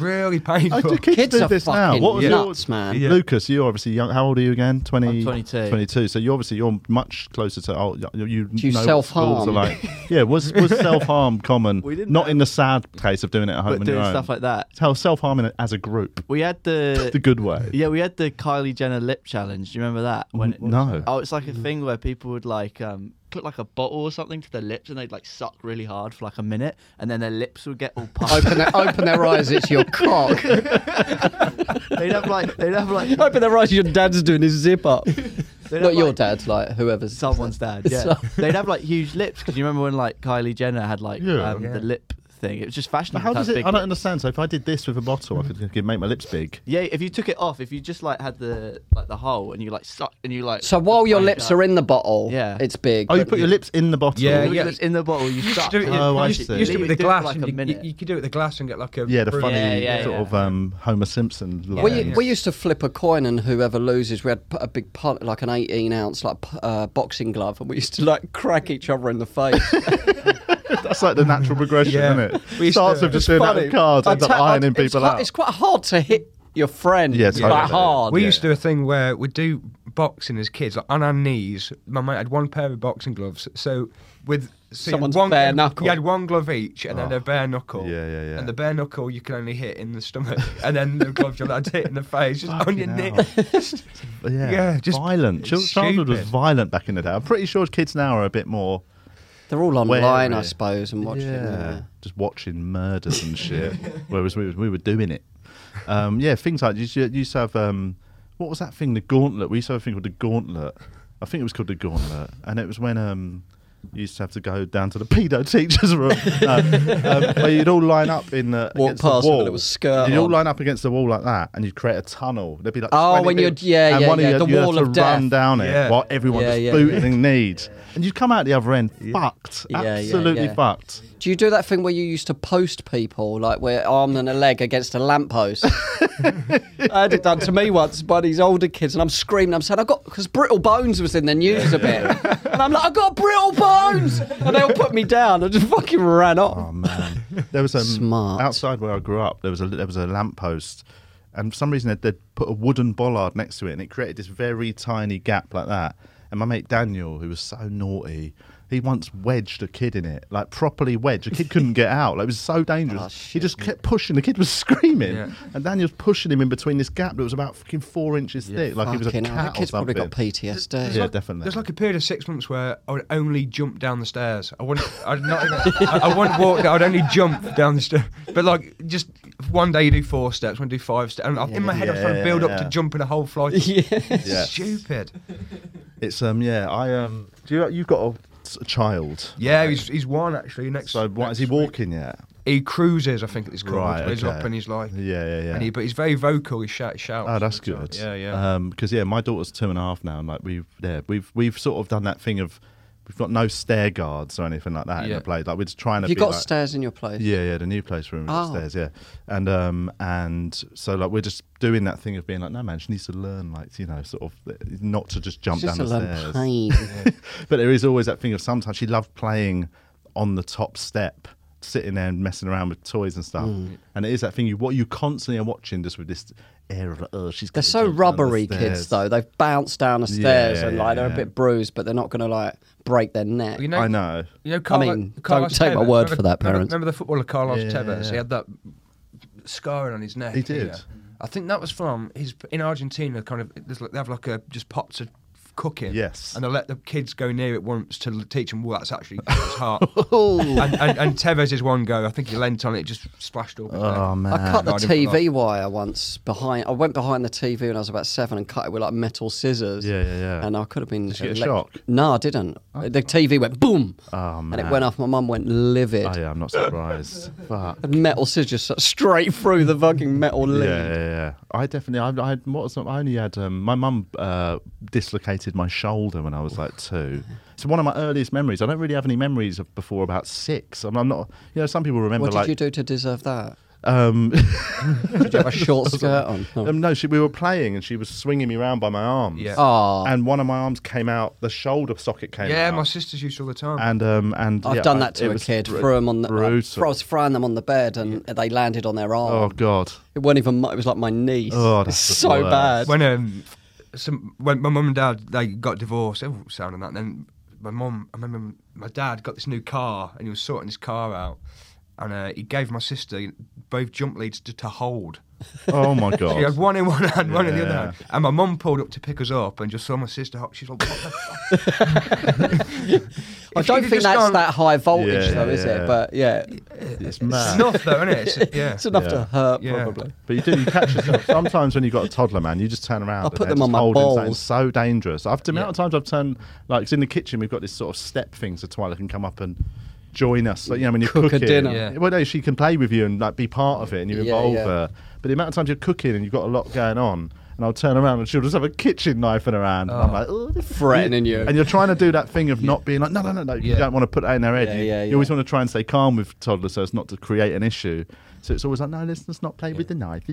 F: really painful.
D: [laughs] I do kids,
E: Kids
D: do
E: are
D: this now.
E: fucking
D: What was
E: nuts,
D: your,
E: man.
F: Yeah.
D: Lucas, you're obviously young. How old are you again? 20,
B: I'm 22.
D: 22. So you're obviously you're much closer to old. You, you
E: Do you
D: know what
E: self-harm?
D: schools are like. yeah, was was
E: [laughs]
D: self harm common?
B: We didn't
D: Not
B: have-
D: in the sad case of doing it at home.
B: but doing stuff like that.
D: how self harming as a group,
B: We had the
D: [laughs] the good way.
B: [laughs] Yeah, we had the Kylie Jenner lip challenge. Do you remember that?
D: N- Mm, no.
B: Oh, it's like a thing where people would like um, put like a bottle or something to their lips and they'd like suck really hard for like a minute, and then their lips would get
D: [laughs]
B: all
E: [laughs]
B: puffed.
E: open, their, open their eyes, it's your cock.
B: [laughs]
E: [laughs]
B: they'd have like they'd
D: [laughs]
B: have like
E: open their eyes, your dad's doing his zip up.
B: they'd
E: Not
B: have,
E: your
B: like,
E: dad's, like whoever's.
D: [laughs]
B: Someone's dad. Yeah,
E: Some-
B: they'd have like huge lips because you remember when like Kylie Jenner had like
D: Yeah.
B: um,
F: Yeah.
B: the lip thing. It was just fashionable.
D: But how
B: to have
D: does it?
B: big
D: I don't
B: lips.
D: understand. So if I did this with a bottle, I could, could make my lips big.
B: Yeah, if you took it off, if you just like had the like the hole and you like suck and you like
E: So while your lips are in the bottle,
B: Yeah.
E: it's big.
D: Oh, you
E: but
D: put your lips in the bottle.
F: Yeah,
B: Your
F: yeah.
B: lips in the bottle, you
F: You used
B: suck.
F: to do it,
D: Oh,
F: you
D: I
F: used,
D: see.
F: you used to
B: Leave
F: do it with
B: it-
F: the
B: do it for
F: glass.
B: like
F: and
B: a
F: you- you,
B: minute.
F: you could do it with the glass and get like a
D: Yeah, the
F: brilliant-
D: funny
B: Yeah, yeah,
D: sort
B: yeah.
D: of um, Homer Simpson. Line.
E: We, we used to flip a coin, and whoever loses, we had p- a big pun, like an eighteen ounce, like p- uh, boxing glove, and we used to like crack each other in
D: [laughs]
E: the face.
D: That's like the natural progression,
F: Yeah.
D: isn't
F: We
D: it?
F: used
D: Starts
F: to-
D: with just doing that with cards,
E: I
D: ends up
E: te- I-
D: ironing
E: it's
D: people
E: quite,
D: out.
E: It's quite hard to hit your friend.
D: Yeah,
E: it's
D: totally.
E: quite hard.
F: We
D: Yeah.
F: used to do a thing where we'd do boxing as kids, like on our knees. My mate had one pair of boxing gloves, so with so you had
E: Someone's
F: one,
E: bare knuckle.
F: You had one glove each, and then a bare knuckle.
D: Oh. Yeah, yeah, yeah.
F: And the bare knuckle you can only hit in the stomach, and then the glove you're allowed to hit in the face, just on your knee.
D: Fucking yeah,
F: Yeah, just-
D: violent.
F: it's
D: Chil- Childhood was
F: stupid.
D: violent back in the day. I'm pretty sure kids now are a bit more.
E: They're all online, I
D: Wary.
E: suppose, and watching.
D: yeah,
E: Yeah.
D: just watching murders and
E: [laughs]
D: shit. Whereas we, we were doing it. Um, yeah, things like you used, to- you used to have um, what was that thing? The gauntlet. We used to have a thing called the gauntlet. I think it was called the gauntlet, and it was when um, you used to have to go down to the pedo teachers'
E: [laughs]
D: room. No, um, where you'd all line up in the
E: Walk
D: against
E: past
D: the
E: them and
D: wall.
E: it was skirt
D: You'd all
E: on.
D: line up against the wall like that, and you'd create a tunnel. There'd be like
E: Oh,
D: 20
E: when you'd-
D: people,
E: yeah,
D: and
E: yeah,
D: one
E: yeah,
D: of you,
E: the
D: you
E: wall
D: had to
E: of
D: run
E: death.
D: down it
F: Yeah.
D: while everyone
E: Yeah,
D: just
E: yeah,
D: booting needs, and you'd come out the other end fucked,
E: Yeah, yeah,
D: absolutely
E: yeah.
D: fucked.
E: Do you do that thing where you used to post people, like where arm and a leg against a lamppost? I had it done to me once by these older kids, and I'm screaming. I'm saying, "I got," because Brittle Bones was in the news a bit, and I'm like, "I got Brittle Bones," and they all put me down. I just fucking ran off.
D: Oh [laughs] man, there was um,
E: Smart.
D: outside where I grew up. There was a there was a lamppost, and for some reason they'd, they'd put a wooden bollard next to it, and it created this very tiny gap like that. And my mate Daniel, who was so naughty, he once wedged a kid in it, like properly wedged. The kid couldn't get out. Like, it was so dangerous.
E: Oh,
D: he
E: shit,
D: just kept pushing. The kid was [laughs] screaming,
F: Yeah.
D: and Daniel's pushing him in between this gap that was about fucking four inches thick, like he was a
E: Fucking
D: cat
E: hell, that
D: or
E: kid's probably
D: something.
E: got PTSD.
D: yeah, definitely.
F: There's like a period of six months where I would only jump down the stairs. I wouldn't. I'd not. Even, I, I wouldn't walk. I'd only jump down the stairs. But like, just one day you do four steps, one do five steps. And I- in my head, I was trying to
D: Yeah,
F: build up
D: yeah.
F: to jumping a whole flight.
E: [laughs] [laughs] Yeah.
D: Yeah.
F: Stupid.
D: it's um yeah. I um. Do you you've got a, a child?
F: Yeah, he's, he's one actually. Next,
D: So what
F: next
D: is he
F: week.
D: walking yet?
F: He cruises, I think it's called.
D: Right,
F: He's
D: okay.
F: up and he's like,
D: Yeah, yeah, yeah.
F: and he, but he's very vocal. He shout, shouts.
D: Oh, that's
F: and stuff.
D: good.
F: Yeah, yeah.
D: Because yeah, my daughter's two and a half now, and like we've yeah, we've we've sort of done that thing of we've got no stair guards or anything like that in
F: Yeah.
D: the place. Like we're just trying to.
E: you
D: be
E: got
D: like-
E: stairs in your place.
D: Yeah, yeah, the new place room
E: Oh.
D: upstairs, yeah, and um and so like we're just doing that thing of being like, no man, she needs to learn like you know sort of eh, not to just jump
E: It's just
D: down
E: a
D: the
E: lump
D: stairs.
E: pain.
D: [laughs] but there is always that thing of sometimes she loved playing on the top step, sitting there and messing around with toys and stuff.
E: Mm.
D: And it is that thing you what you constantly are watching just with this air of like, oh she's. [laughs] gonna
E: They're so
D: jump down the
E: rubbery, kids.
D: stairs."
E: Though they've bounced down the stairs
D: yeah,
E: and like
D: yeah,
E: they're
D: yeah.
E: a bit bruised, but they're not going to like break their neck.
F: You know,
D: I know.
F: You know, Carlos,
E: mean, don't
F: Carlos
E: take my
F: Tevez,
E: word
F: remember-
E: for that,
F: remember-
E: parents.
F: Remember, the footballer Carlos
D: Yeah.
F: Tevez? He had that scarring on his neck.
D: He did.
F: here. I think that was from his in Argentina. Kind of, there's like, they have like a just pots of f- cooking.
D: Yes.
F: And they'll let the kids go near it once to l- teach them, well, that's
D: [laughs]
F: actually it's hot.
B: Oh,
F: and, and, and Tevez's one go, I think he leant on it, just splashed up.
D: Oh man.
E: I cut the
F: I didn't
E: TV wire once behind. I went behind the TV when I was about seven and cut it with like metal scissors.
D: Yeah, yeah, yeah.
E: And I could have been.
D: Did you get a
E: elec-
D: shock?
E: No, I didn't. the TV went boom,
D: Oh man.
E: and it went off. My mum went livid.
D: Oh yeah, I'm not
E: [laughs]
D: surprised. Fuck.
E: And metal scissors just straight through the fucking metal
D: Yeah,
E: lid.
D: yeah, yeah. I definitely. I, I had. What's I only had. Um, my mum uh, dislocated my shoulder when I was like
E: [laughs]
D: two. So one of my earliest memories. I don't really have any memories of before about six. I'm, I'm not. You know, some people remember
E: What did
D: like.
E: you do to deserve that?
D: Um,
E: [laughs] Did you have
D: [laughs]
E: a short skirt on? Oh.
D: um, no, she, we were playing and she was swinging me around by my arms.
F: Yeah.
E: Aw.
D: And one of my arms came out. The shoulder socket came out.
F: Yeah, my sisters used all the time.
D: And um and
E: I've
D: yeah,
E: done
D: I-
E: that
D: it
E: to a
D: was
E: kid.
D: br-
E: threw them on the. uh,
D: brutal.
E: I was throwing them on the bed, and they landed on their arm.
D: Oh god.
E: It wasn't even. my- It was like my niece.
D: Oh,
E: it's
D: that's the
E: so
D: worst.
E: bad.
F: when um, some when my mum and dad they got divorced, it was sounding that. And then my mum, I remember my dad got this new car and he was sorting his car out, and uh, he gave my sister both jump leads to, to hold.
D: Oh
F: [laughs]
D: my god.
F: She had one in one hand, one in the other
D: Yeah.
F: hand, and my mum pulled up to pick us up and just saw my sister. hop- She's like, what
D: [laughs]
F: the fuck?
E: I
F: If you'd
E: don't
F: have
E: think
F: just
E: that's
F: gone-
E: that high voltage
D: Yeah,
E: though, is
D: yeah.
E: it? But yeah,
D: It's
F: It's
D: mad.
F: enough though, isn't it? It's, yeah.
E: it's enough
D: Yeah.
E: to hurt
F: Yeah.
E: probably.
D: But you do, you catch yourself.
E: [laughs]
D: Sometimes when you've got a toddler, man, you just turn around.
E: I
D: and
E: put
D: they're
E: them on
D: just
E: my
D: holding something
E: balls.
D: So dangerous. I've the amount of times I've turned, like, 'cause in the kitchen we've got this sort of step thing, so Twyla can come up and join us. Like, you know, when you're
E: Cook a
D: cooking,
E: dinner.
F: Yeah.
D: Well, no, she can play with you and like be part of it, and you
E: Yeah,
D: involve
E: yeah.
D: her. But the amount of times you're cooking and you've got a lot going on. And I'll turn around and she'll just have a kitchen knife in her hand. And I'm like, oh, this is-"
E: Threatening you.
D: And you're trying to do that thing of not being like, no, no, no, no. You
F: Yeah.
D: don't want to put that in their head.
E: Yeah,
D: you,
E: yeah,
D: you always
E: yeah.
D: want to try and stay calm with toddlers so as not to create an issue. So it's always like, no, let's, let's not play with the knife.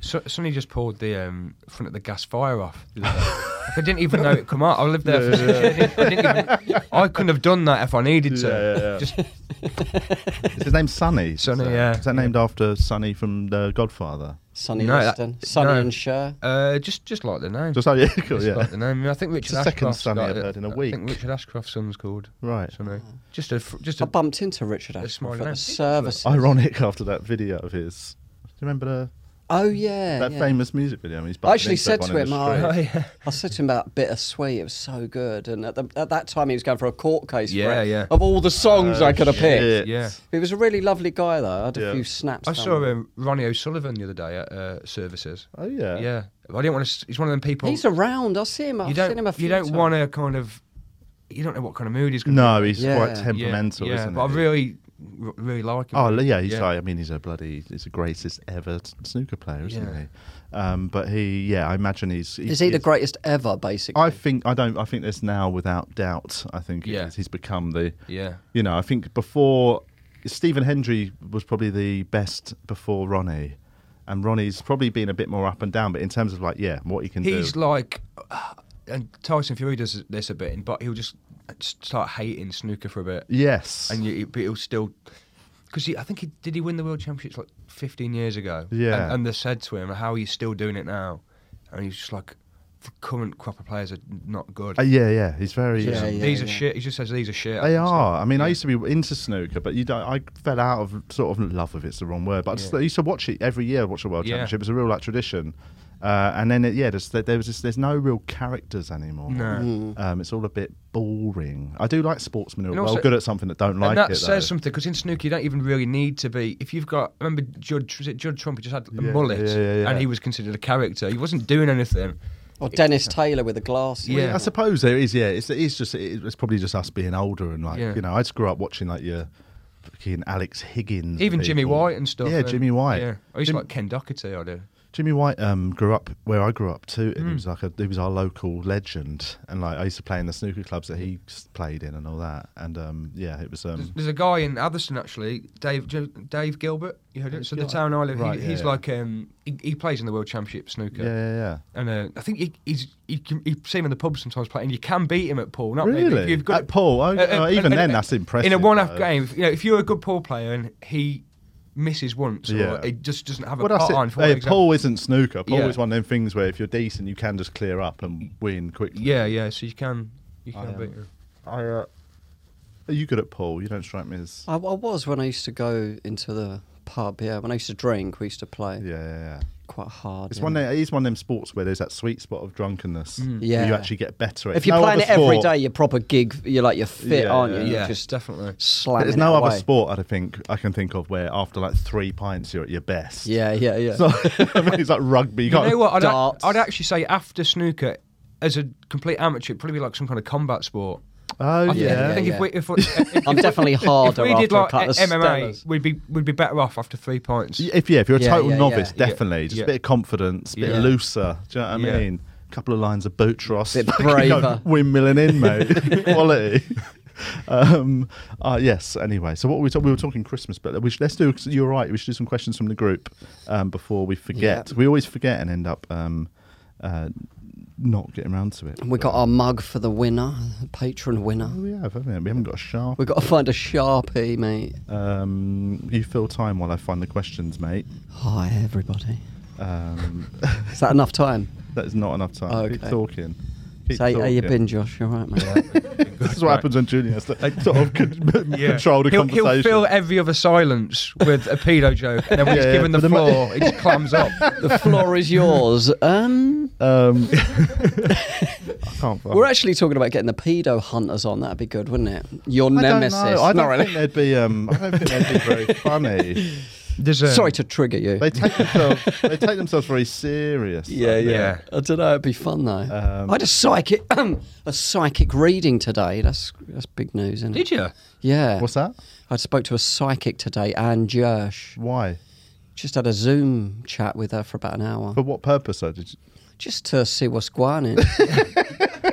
F: So, somebody just pulled the um, front of the gas fire off. [laughs] the other day. I didn't even know it come out. I lived there for six years. I, didn't even, I couldn't have done that if I needed to.
D: Yeah, yeah, yeah.
F: Just
D: Is his
F: [laughs]
D: name Sonny?
F: Sonny,
D: Is that-
F: yeah.
D: Is that named after Sonny from The Godfather?
E: Sonny
F: No, that-
E: Liston, Sonny
F: no.
E: and Cher.
F: Uh, just just like the name.
D: Just like, yeah, [laughs] cool,
F: Just
D: yeah.
F: like the name. I, mean, I think Richard
D: the second
F: Ashcroft's
D: Sonny
F: got
D: I've
F: it.
D: heard in a
F: I think
D: week.
F: Richard Ashcroft's son's called.
D: Right.
F: Sonny. Just a fr- just
E: I
F: a.
E: bumped into Richard
F: small
E: Ashcroft at
F: man.
E: the service.
D: Ironic after that video of his. Do you remember the,
E: Oh yeah,
D: that
E: yeah.
D: famous music video? He's
E: I
D: bumping into
E: actually said
D: everyone
E: to
D: in
E: him,
D: the
E: "Oh,
D: street."
F: yeah.
E: I said to him about Bittersweet. It was so good, and at, the, at that time he was going for a court case. for
F: Yeah,
E: it.
F: yeah.
E: Of all the songs I could have picked,
D: Oh, Shit.
F: Yeah.
E: he was a really lovely guy though. I had a
D: Yeah.
E: few snaps.
F: I
E: down
F: saw
E: with
F: um, Ronnie O'Sullivan the other day at uh, services.
D: Oh, yeah.
F: Yeah. I didn't want to. He's one of them people.
E: He's around. I see him. I've
F: you don't.
E: seen him a few
F: you don't
E: times.
F: want to kind of. You don't know what kind of mood he's going.
D: No, he's
E: Yeah.
D: quite
E: Yeah,
F: be. Yeah,
D: temperamental,
F: yeah,
D: isn't
F: But
D: he?
F: I really, r- really like him.
D: Oh yeah, he's like I mean he's a bloody he's the greatest ever t- snooker player, isn't
F: Yeah.
D: he? Um, but he yeah, I imagine he's, he's
E: Is he the
D: he's-
E: greatest ever? Basically,
D: I think I don't I think there's now without doubt I think it
F: Yeah.
D: is. he's become the
F: Yeah.
D: you know, I think before Stephen Hendry was probably the best before Ronnie, and Ronnie's probably been a bit more up and down. But in terms of like, yeah, what he can
F: He's
D: do,
F: like, uh, and Tyson Fury does this a bit, but he'll just just start hating snooker for a bit.
D: yes,
F: and you, but he'll still because I think he did he win the world championships like 15 years ago.
D: Yeah.
F: and, and they said to him, "How are you still doing it now?" And he's just like, "The current crop of players are not good.
D: Uh, yeah, yeah, he's very.
E: Yeah,
D: um,
E: yeah.
F: these are shit." He just says, "These are shit."
D: They
F: And it's
D: are. I mean, I
F: yeah.
D: used to be into snooker, but you don't. I fell out of sort of love of it's the wrong word, but I, just,
F: Yeah.
D: I used to watch it every year. Watch the World
F: Yeah.
D: Championship. It was a real like tradition. Uh, and then it, yeah, there's, there was this, there's no real characters anymore.
F: No.
D: Um, it's all a bit boring. I do like sportsmen who
F: And
D: are well
F: also-
D: good at something that don't like
F: and that
D: it.
F: says
D: though.
F: something because in snooker you don't even really need to be. If you've got, remember Judge was it Judge Trump? He just had a
D: Yeah,
F: mullet,
D: yeah, yeah, yeah.
F: and he was considered a character. He wasn't doing anything.
E: or Dennis Taylor with the glasses.
F: Yeah.
D: I suppose there is. Yeah, it's it's just it- it's probably just us being older and like
F: Yeah.
D: you know I just grew up watching like your fucking Alex Higgins,
F: Even Jimmy
D: people.
F: White and stuff.
D: Yeah,
F: and-
D: Jimmy White.
F: Yeah, I used
D: Jim-
F: to like Ken Doherty. I do.
D: Jimmy White um, grew up where I grew up too, and
F: Hmm.
D: he was like a, he was our local legend, and like I used to play in the snooker clubs that he s- played in and all that, and um, yeah, it was
F: There's,
D: um,
F: there's a guy in Atherstone actually, Dave Jo- Dave Gilbert. You heard it? So the
D: Gilbert.
F: town I live,
D: Right,
F: he,
D: yeah,
F: he's
D: yeah.
F: like um, he, he plays in the World Championship snooker,
D: yeah, yeah, yeah.
F: and uh, I think he, he's you can you see him in the pub sometimes playing. You can beat him at pool, not
D: Really?
F: You've got Uh,
D: At pool? Oh, oh, even then, that's
F: In a
D: impressive,
F: one-off
D: though.
F: game, you know, if you're a good pool player and he misses once,
D: Yeah.
F: or it just doesn't have a
D: Well, that's
F: pot
D: it.
F: on. For
D: Hey,
F: example.
D: Paul isn't snooker. Paul
F: Yeah.
D: is one of them things where if you're decent, you can just clear up and win quickly.
F: yeah, yeah. So you can you can
D: am.
F: beat him. [laughs]
D: I, uh, are you good at Paul? You don't strike me as.
E: I, I was when I used to go into the pub, yeah. When I used to drink, we used to play
D: Yeah, yeah, yeah.
E: quite hard.
D: It's
E: yeah.
D: one. It is one of them sports where there's that sweet spot of drunkenness.
F: Hmm.
E: Yeah.
D: where you actually get better. at.
E: If you're
D: No
E: playing
D: other
E: it every
D: sport-
E: day, you're proper gig. You're like you're fit,
D: Yeah,
E: aren't
D: yeah.
E: you?
F: Yeah,
E: You're just
F: definitely.
E: slamming.
D: There's
E: it
D: no other
E: away.
D: sport I think I can think of where after like three pints you're at your best.
E: Yeah, yeah, yeah.
D: It's, not, [laughs] I mean, it's like rugby. You,
F: You know
D: can't-
F: what? I'd, ac-
E: darts.
F: I'd actually say after snooker, as a complete amateur, it'd probably be like some kind of combat sport.
D: Oh
F: I think,
D: yeah.
F: I think
E: yeah.
F: if we, if, we- if, if
E: [laughs] I'm
F: we-
E: definitely
F: if
E: harder
F: we
E: after
F: did like
E: a couple of
F: MMA,
E: Stellas.
F: we'd be we'd be better off after three points.
D: If yeah, if you're a
E: Yeah,
D: total
E: yeah,
D: novice,
E: yeah.
D: definitely just
F: Yeah.
D: a bit of confidence, a bit
E: Yeah.
D: looser. Do you know what I
F: Yeah.
D: mean? A couple of lines of boot tross. [laughs]
E: Bit
D: You go
E: braver.
D: Windmilling in,
E: [laughs]
D: mate. Quality. [laughs] um, uh, yes. Anyway, so what were we talking? We were talking Christmas, but we should, let's do. You're right. We should do some questions from the group um, before we forget.
E: Yeah.
D: We always forget and end up um, uh, not getting around to it.
E: We got our mug for the winner, the patron winner.
D: Oh, we have, haven't we? We haven't got a sharp.
E: We got to find a sharpie, mate.
D: Um, you fill time while I find the questions, mate.
E: Hi, everybody.
D: Um, [laughs]
E: Is that enough time?
D: that is not enough time. Keep
E: Okay.
D: talking. Keep
E: Say, how you
D: talking. [laughs]
E: been, Josh? All right, mate.
D: This is what happens when Julian has to sort of con-
F: [laughs] Yeah.
D: control the
F: he'll,
D: conversation.
F: He'll fill every other silence with a pedo joke, and then when
D: [laughs] Yeah,
F: he's
D: yeah.
F: given the
D: For the mo-
F: floor, he just clams
D: [laughs]
F: up.
E: the floor is yours. Um,
F: [laughs]
D: um, I can't.
E: we're actually talking about getting the pedo hunters on. That'd be good, wouldn't it? Your
D: I don't
E: nemesis.
D: know. I
E: Not
D: don't
E: really.
D: think they'd be. Um, I don't think they'd be
E: [laughs]
D: very funny.
F: There's a,
E: Sorry to trigger you.
D: They take themselves. they take themselves very serious.
E: Yeah,
D: I think.
E: yeah. I don't know. It'd be fun though.
D: Um,
E: I had a psychic, [clears throat] a psychic reading today. That's that's big news, isn't it?
F: Did you?
E: Yeah.
D: What's that?
E: I spoke to a psychic today, Anne Gersh.
D: Why?
E: Just had a Zoom chat with her for about an hour,
D: For what purpose? Though? Did you,
E: just to see what's going on.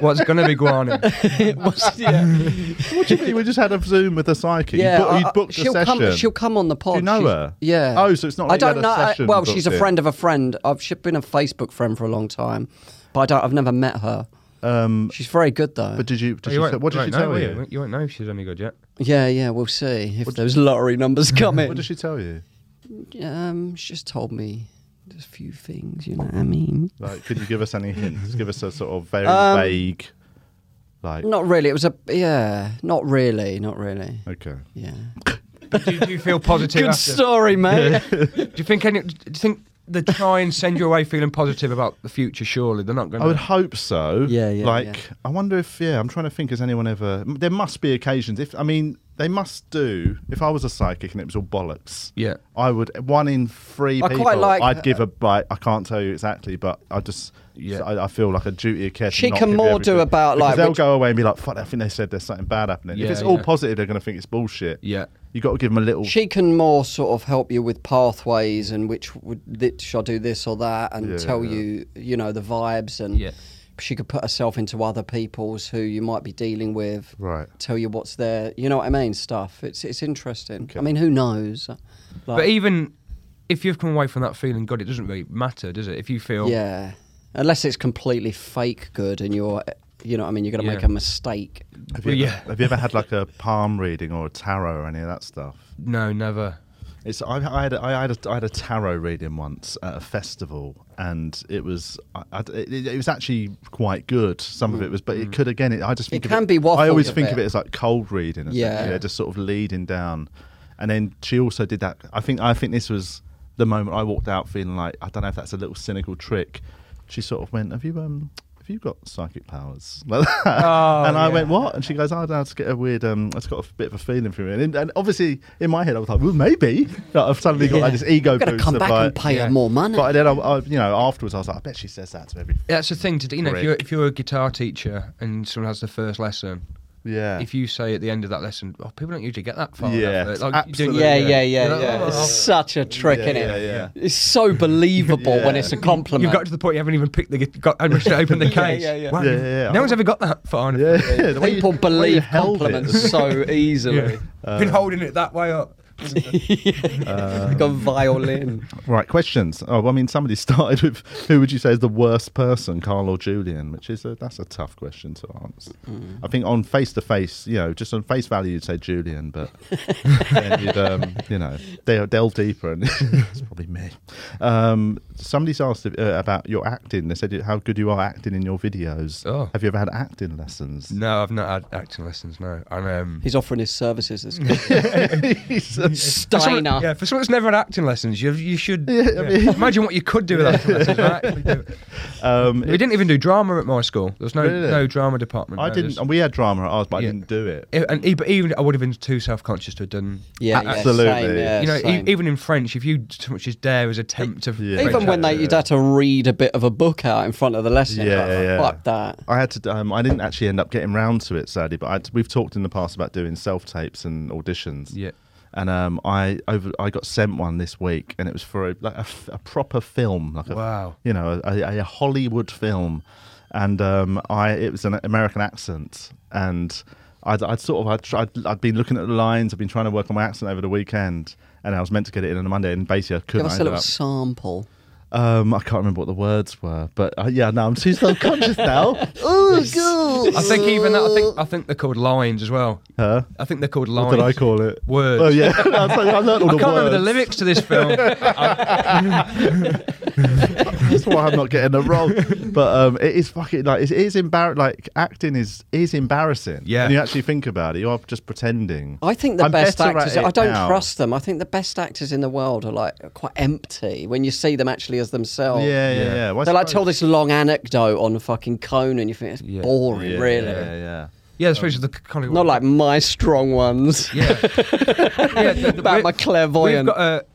F: What's gonna be
D: [laughs]
F: going on?
E: What's- yeah,
D: what do you mean? We just had a Zoom with a psychic.
E: yeah.
D: you, book,
E: I- I-
D: you booked a
E: she'll
D: session.
E: come. She'll come on the pod.
D: Do you know
E: She's-
D: her?
E: Yeah.
D: Oh, so it's not
E: I
D: like you had
E: don't
D: a
E: know. I-
D: session
E: well, she's a
D: booked in.
E: friend of a friend. I've she's been a Facebook friend for a long time, but I don't. I've never met her.
D: Um,
E: She's very good though.
D: but did you? Did
F: Oh, You
D: she,
F: won't-
D: say- what did she
F: won't know,
D: tell
F: will
D: you?
F: You won't know if she's any good
D: [laughs]
F: yet.
E: yeah, yeah. We'll see if those lottery numbers come in.
D: What did she tell you?
E: Um, she just told me just a few things. You know what I mean?
D: Like, could you give us any
E: [laughs]
D: hints? Give us a sort of very
E: Um,
D: vague, like.
E: Not really. It was a yeah. Not really. Not really.
D: Okay.
E: Yeah.
F: Do you, do you feel positive?
E: Good
F: after?
E: story, mate.
F: Do you think any? Do you think they try and send you away feeling positive about the future? Surely they're not going.
D: I would hope so.
E: Yeah, yeah,
D: Like,
E: yeah.
D: I wonder if yeah. I'm trying to think. Has anyone ever? m- There must be occasions. If I mean, they must do. If I was a psychic and it was all bollocks,
F: Yeah.
D: I would. One in three
E: I quite
D: people,
E: like-
D: I'd give a bite. I can't tell you exactly, but I just.
F: Yeah.
D: I, I feel like a duty of care. to
E: She
D: not
E: can
D: give you
E: more do
D: everything.
E: about,
D: Because
E: like,
D: they'll
E: which-
D: go away and be like, "Fuck! I think they said there's something bad happening." if
F: Yeah,
D: it's all
F: yeah.
D: positive, they're going to think it's bullshit.
F: Yeah.
D: you got to give them a little.
E: she can more sort of help you with pathways and which would that should I do this or that and
D: Yeah,
E: tell
D: yeah.
E: you you know the vibes and
F: Yeah.
E: she could put herself into other people's who you might be dealing with.
D: Right.
E: Tell you what's there. You know what I mean? Stuff. It's it's interesting. I mean, who knows?
F: But even if you've come away from that feeling good, it doesn't really matter, does it? If you feel
E: Yeah. Unless it's completely fake good and you're, you know, what I mean, you're going to
F: Yeah.
E: make a mistake.
D: Have you,
F: Well,
D: ever,
F: yeah.
D: have you ever had like a palm reading or a tarot or any of that stuff?
F: no, never.
D: It's I, I had a, I had a, I had a tarot reading once at a festival, and it was I, I- it, it was actually quite good. Some of it was, but it could again. It, I just think of
E: Mm. can be waffled
D: I always
E: a
D: think of
E: bit.
D: it as like cold reading.
E: Yeah.
D: Yeah, they're just sort of leading down, and then she also did that. I think I think this was the moment I walked out feeling like I don't know if that's a little cynical trick. She sort of went, "Have you um." Have you got psychic powers? [laughs] Like that.
E: Oh,
D: and I
F: yeah.
D: went, what? And she goes, oh, I don't get a weird, um, it's got a bit of a feeling for me. And, and obviously, in my head, I was like, well, maybe. Like, I've suddenly got like, this ego
E: You've got to
D: boost.
E: come
D: of,
E: back
D: like-
E: and pay
F: yeah.
E: her more money.
D: But then, I, I, you know, afterwards, I was like, I bet she says that to every.
F: That's the thing to do. You know, if
D: Prick.
F: you're, if you're a guitar teacher and someone has the first lesson,
D: Yeah. [laughs]
F: if you say at the end of that lesson, oh, people don't usually get that far.
D: Yeah,
F: enough. Like, you don't-
D: absolutely.
E: yeah, yeah, yeah,
F: You're like,
E: yeah.
F: "Oh,
E: It's such a trick,
D: Yeah,
E: innit?
D: yeah, yeah.
E: It's so believable
D: [laughs]
E: when
D: Yeah.
E: it's a compliment.
F: You've got to the point you haven't even picked the gu- got and
E: [laughs]
F: managed to [laughs] open the
E: Yeah,
F: case.
E: yeah, yeah.
F: Wow,
D: Yeah, yeah, yeah.
F: No one's ever got that far. enough.
D: yeah, yeah. the way you-
E: People
D: the way you
E: believe
D: held it. [laughs]
E: compliments so easily.
F: Yeah.
D: Uh,
F: Been holding it that way up.
E: [laughs] like
D: Um,
E: a violin.
D: Right, questions. Oh, well, I mean, somebody [laughs] started with who would you say is the worst person, Carl or Julian? Which is a, that's a tough question to answer. I think on face to face, you know, just on face value, you'd say Julian, but then you'd, um, you know, del- delve deeper, and [laughs] it's probably me. Um, somebody's asked if, uh, about your acting. They said how good you are acting in your videos.
F: Oh.
D: Have you ever had acting lessons?
F: No, I've not had acting lessons. No, and um,
E: He's offering his services. This guy.
D: [laughs] He's,
F: For someone-
E: Steiner.
F: yeah, for someone that's never had acting lessons, you you
E: [laughs]
F: should
D: Yeah, I
F: yeah.
D: mean-
F: imagine what you could do with acting lessons. right? Actually do it.
D: Um,
F: We didn't even do drama at my school. There was no
D: Really?
F: no drama department.
D: I
F: no,
D: didn't.
F: there's-
D: And we had drama at ours, but
F: Yeah.
D: I didn't do it.
F: E- and e- but even I would have been too self conscious to have done.
E: Yeah, yeah,
D: Absolutely.
E: same, yeah,
F: you know, e-
E: same.
F: even in French, if you so much as dare as attempt of
D: Yeah.
E: Even
F: French
E: when they,
F: accent,
E: you'd have to read a bit of a book out in front of the lesson.
D: Yeah,
E: Yeah, like,
D: yeah.
E: Fuck that.
D: I had to. Um, I didn't actually end up getting round to it, sadly. But I'd, we've talked in the past about doing self tapes and auditions.
F: Yeah.
D: And um, I over I got sent one this week, and it was for a, like a, f- a proper film, like a,
F: Wow.
D: you know, a, a a Hollywood film. And um, I it was an American accent, and I'd, I'd sort of I'd, tried, I'd been looking at the lines, I'd been trying to work on my accent over the weekend, and I was meant to get it in on a Monday, and basically I couldn't.
E: Give us
D: I
E: a
D: ended
E: little
D: up-
E: sample.
D: um, I can't remember what the words were, but uh, yeah, no, I'm too self conscious
F: [laughs]
D: now. [laughs] Oh, God.
F: I think even that. I think I think they're called lines as well.
D: Huh?
F: I think they're called lines.
D: What did I call it?
F: Words.
D: Oh, yeah. [laughs] I, was like, I learned all
F: I
D: the
F: can't remember the
D: words.
F: lyrics to this
D: [laughs]
F: film.
D: That's why I'm not getting it wrong. But um, it is fucking like, it is embarrassing. Like, acting is is embarrassing.
F: Yeah.
D: When you actually think about it, you are just pretending.
E: I think the
D: I'm
E: best
D: better at
E: actors.
D: it
E: I don't
D: now.
E: trust them. I think the best actors in the world are like quite empty when you see them actually as themselves.
D: Yeah, yeah, yeah. Well, I
E: they like
D: suppose-
E: tell this long anecdote on fucking Conan. and you think it's
F: Yeah.
E: boring,
D: Yeah,
E: really.
D: Yeah, yeah.
F: yeah, that's supposed to the kind of
E: Not like my strong ones. [laughs]
F: yeah. yeah the- the-
E: About my
F: We've
E: clairvoyant.
F: got to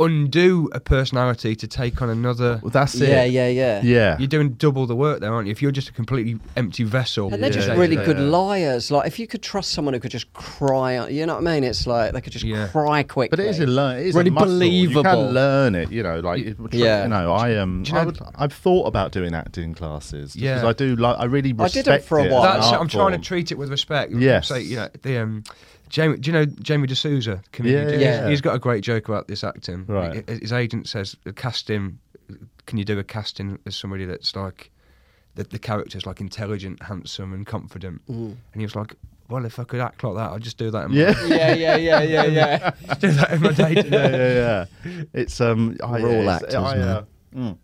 F: undo a personality to take on another.
D: Well, that's it.
E: yeah, yeah, yeah,
D: Yeah.
F: You're doing double the work there, aren't you? If you're just a completely empty vessel,
E: And they're
D: Yeah,
E: just
D: yeah,
E: really
D: yeah,
E: good
D: yeah.
E: liars. Like if you could trust someone who could just cry, out- you know what I mean? It's like they could just
F: Yeah.
E: cry quickly.
D: But it is a learn. It is
E: Really
D: a muscle. You
E: believable.
D: can learn it. You know, like
E: Yeah.
D: yeah. You know, I um,
F: Do you know-
D: I would, I've thought about doing acting classes. Just
F: Yeah.
D: 'cause I do. Like, I really
E: I did it
D: respect
E: for a
D: as
E: while.
D: an
F: That's it.
D: art
F: I'm trying to
D: form.
F: treat it with respect.
D: Yes.
F: Say, you know, the um, Jamie. Do you know Jamie D'Souza? comedian?
D: Yeah,
F: Do you-
E: yeah.
F: He's got a great joke about this acting.
D: Right.
F: H- His agent says, "Cast him. Can you do a casting as somebody that's like the, the character's like intelligent, handsome, and confident?"
E: Mm.
F: And he was like, "Well, if I could act like that, I'd just do that." In
D: [laughs]
F: [laughs]
D: Yeah.
E: yeah, yeah, yeah, yeah, yeah.
F: My, do that in my day to
D: yeah,
F: day.
D: yeah, yeah. It's um, I,
E: We're all
D: it's-
E: actors,
D: I, uh, mm.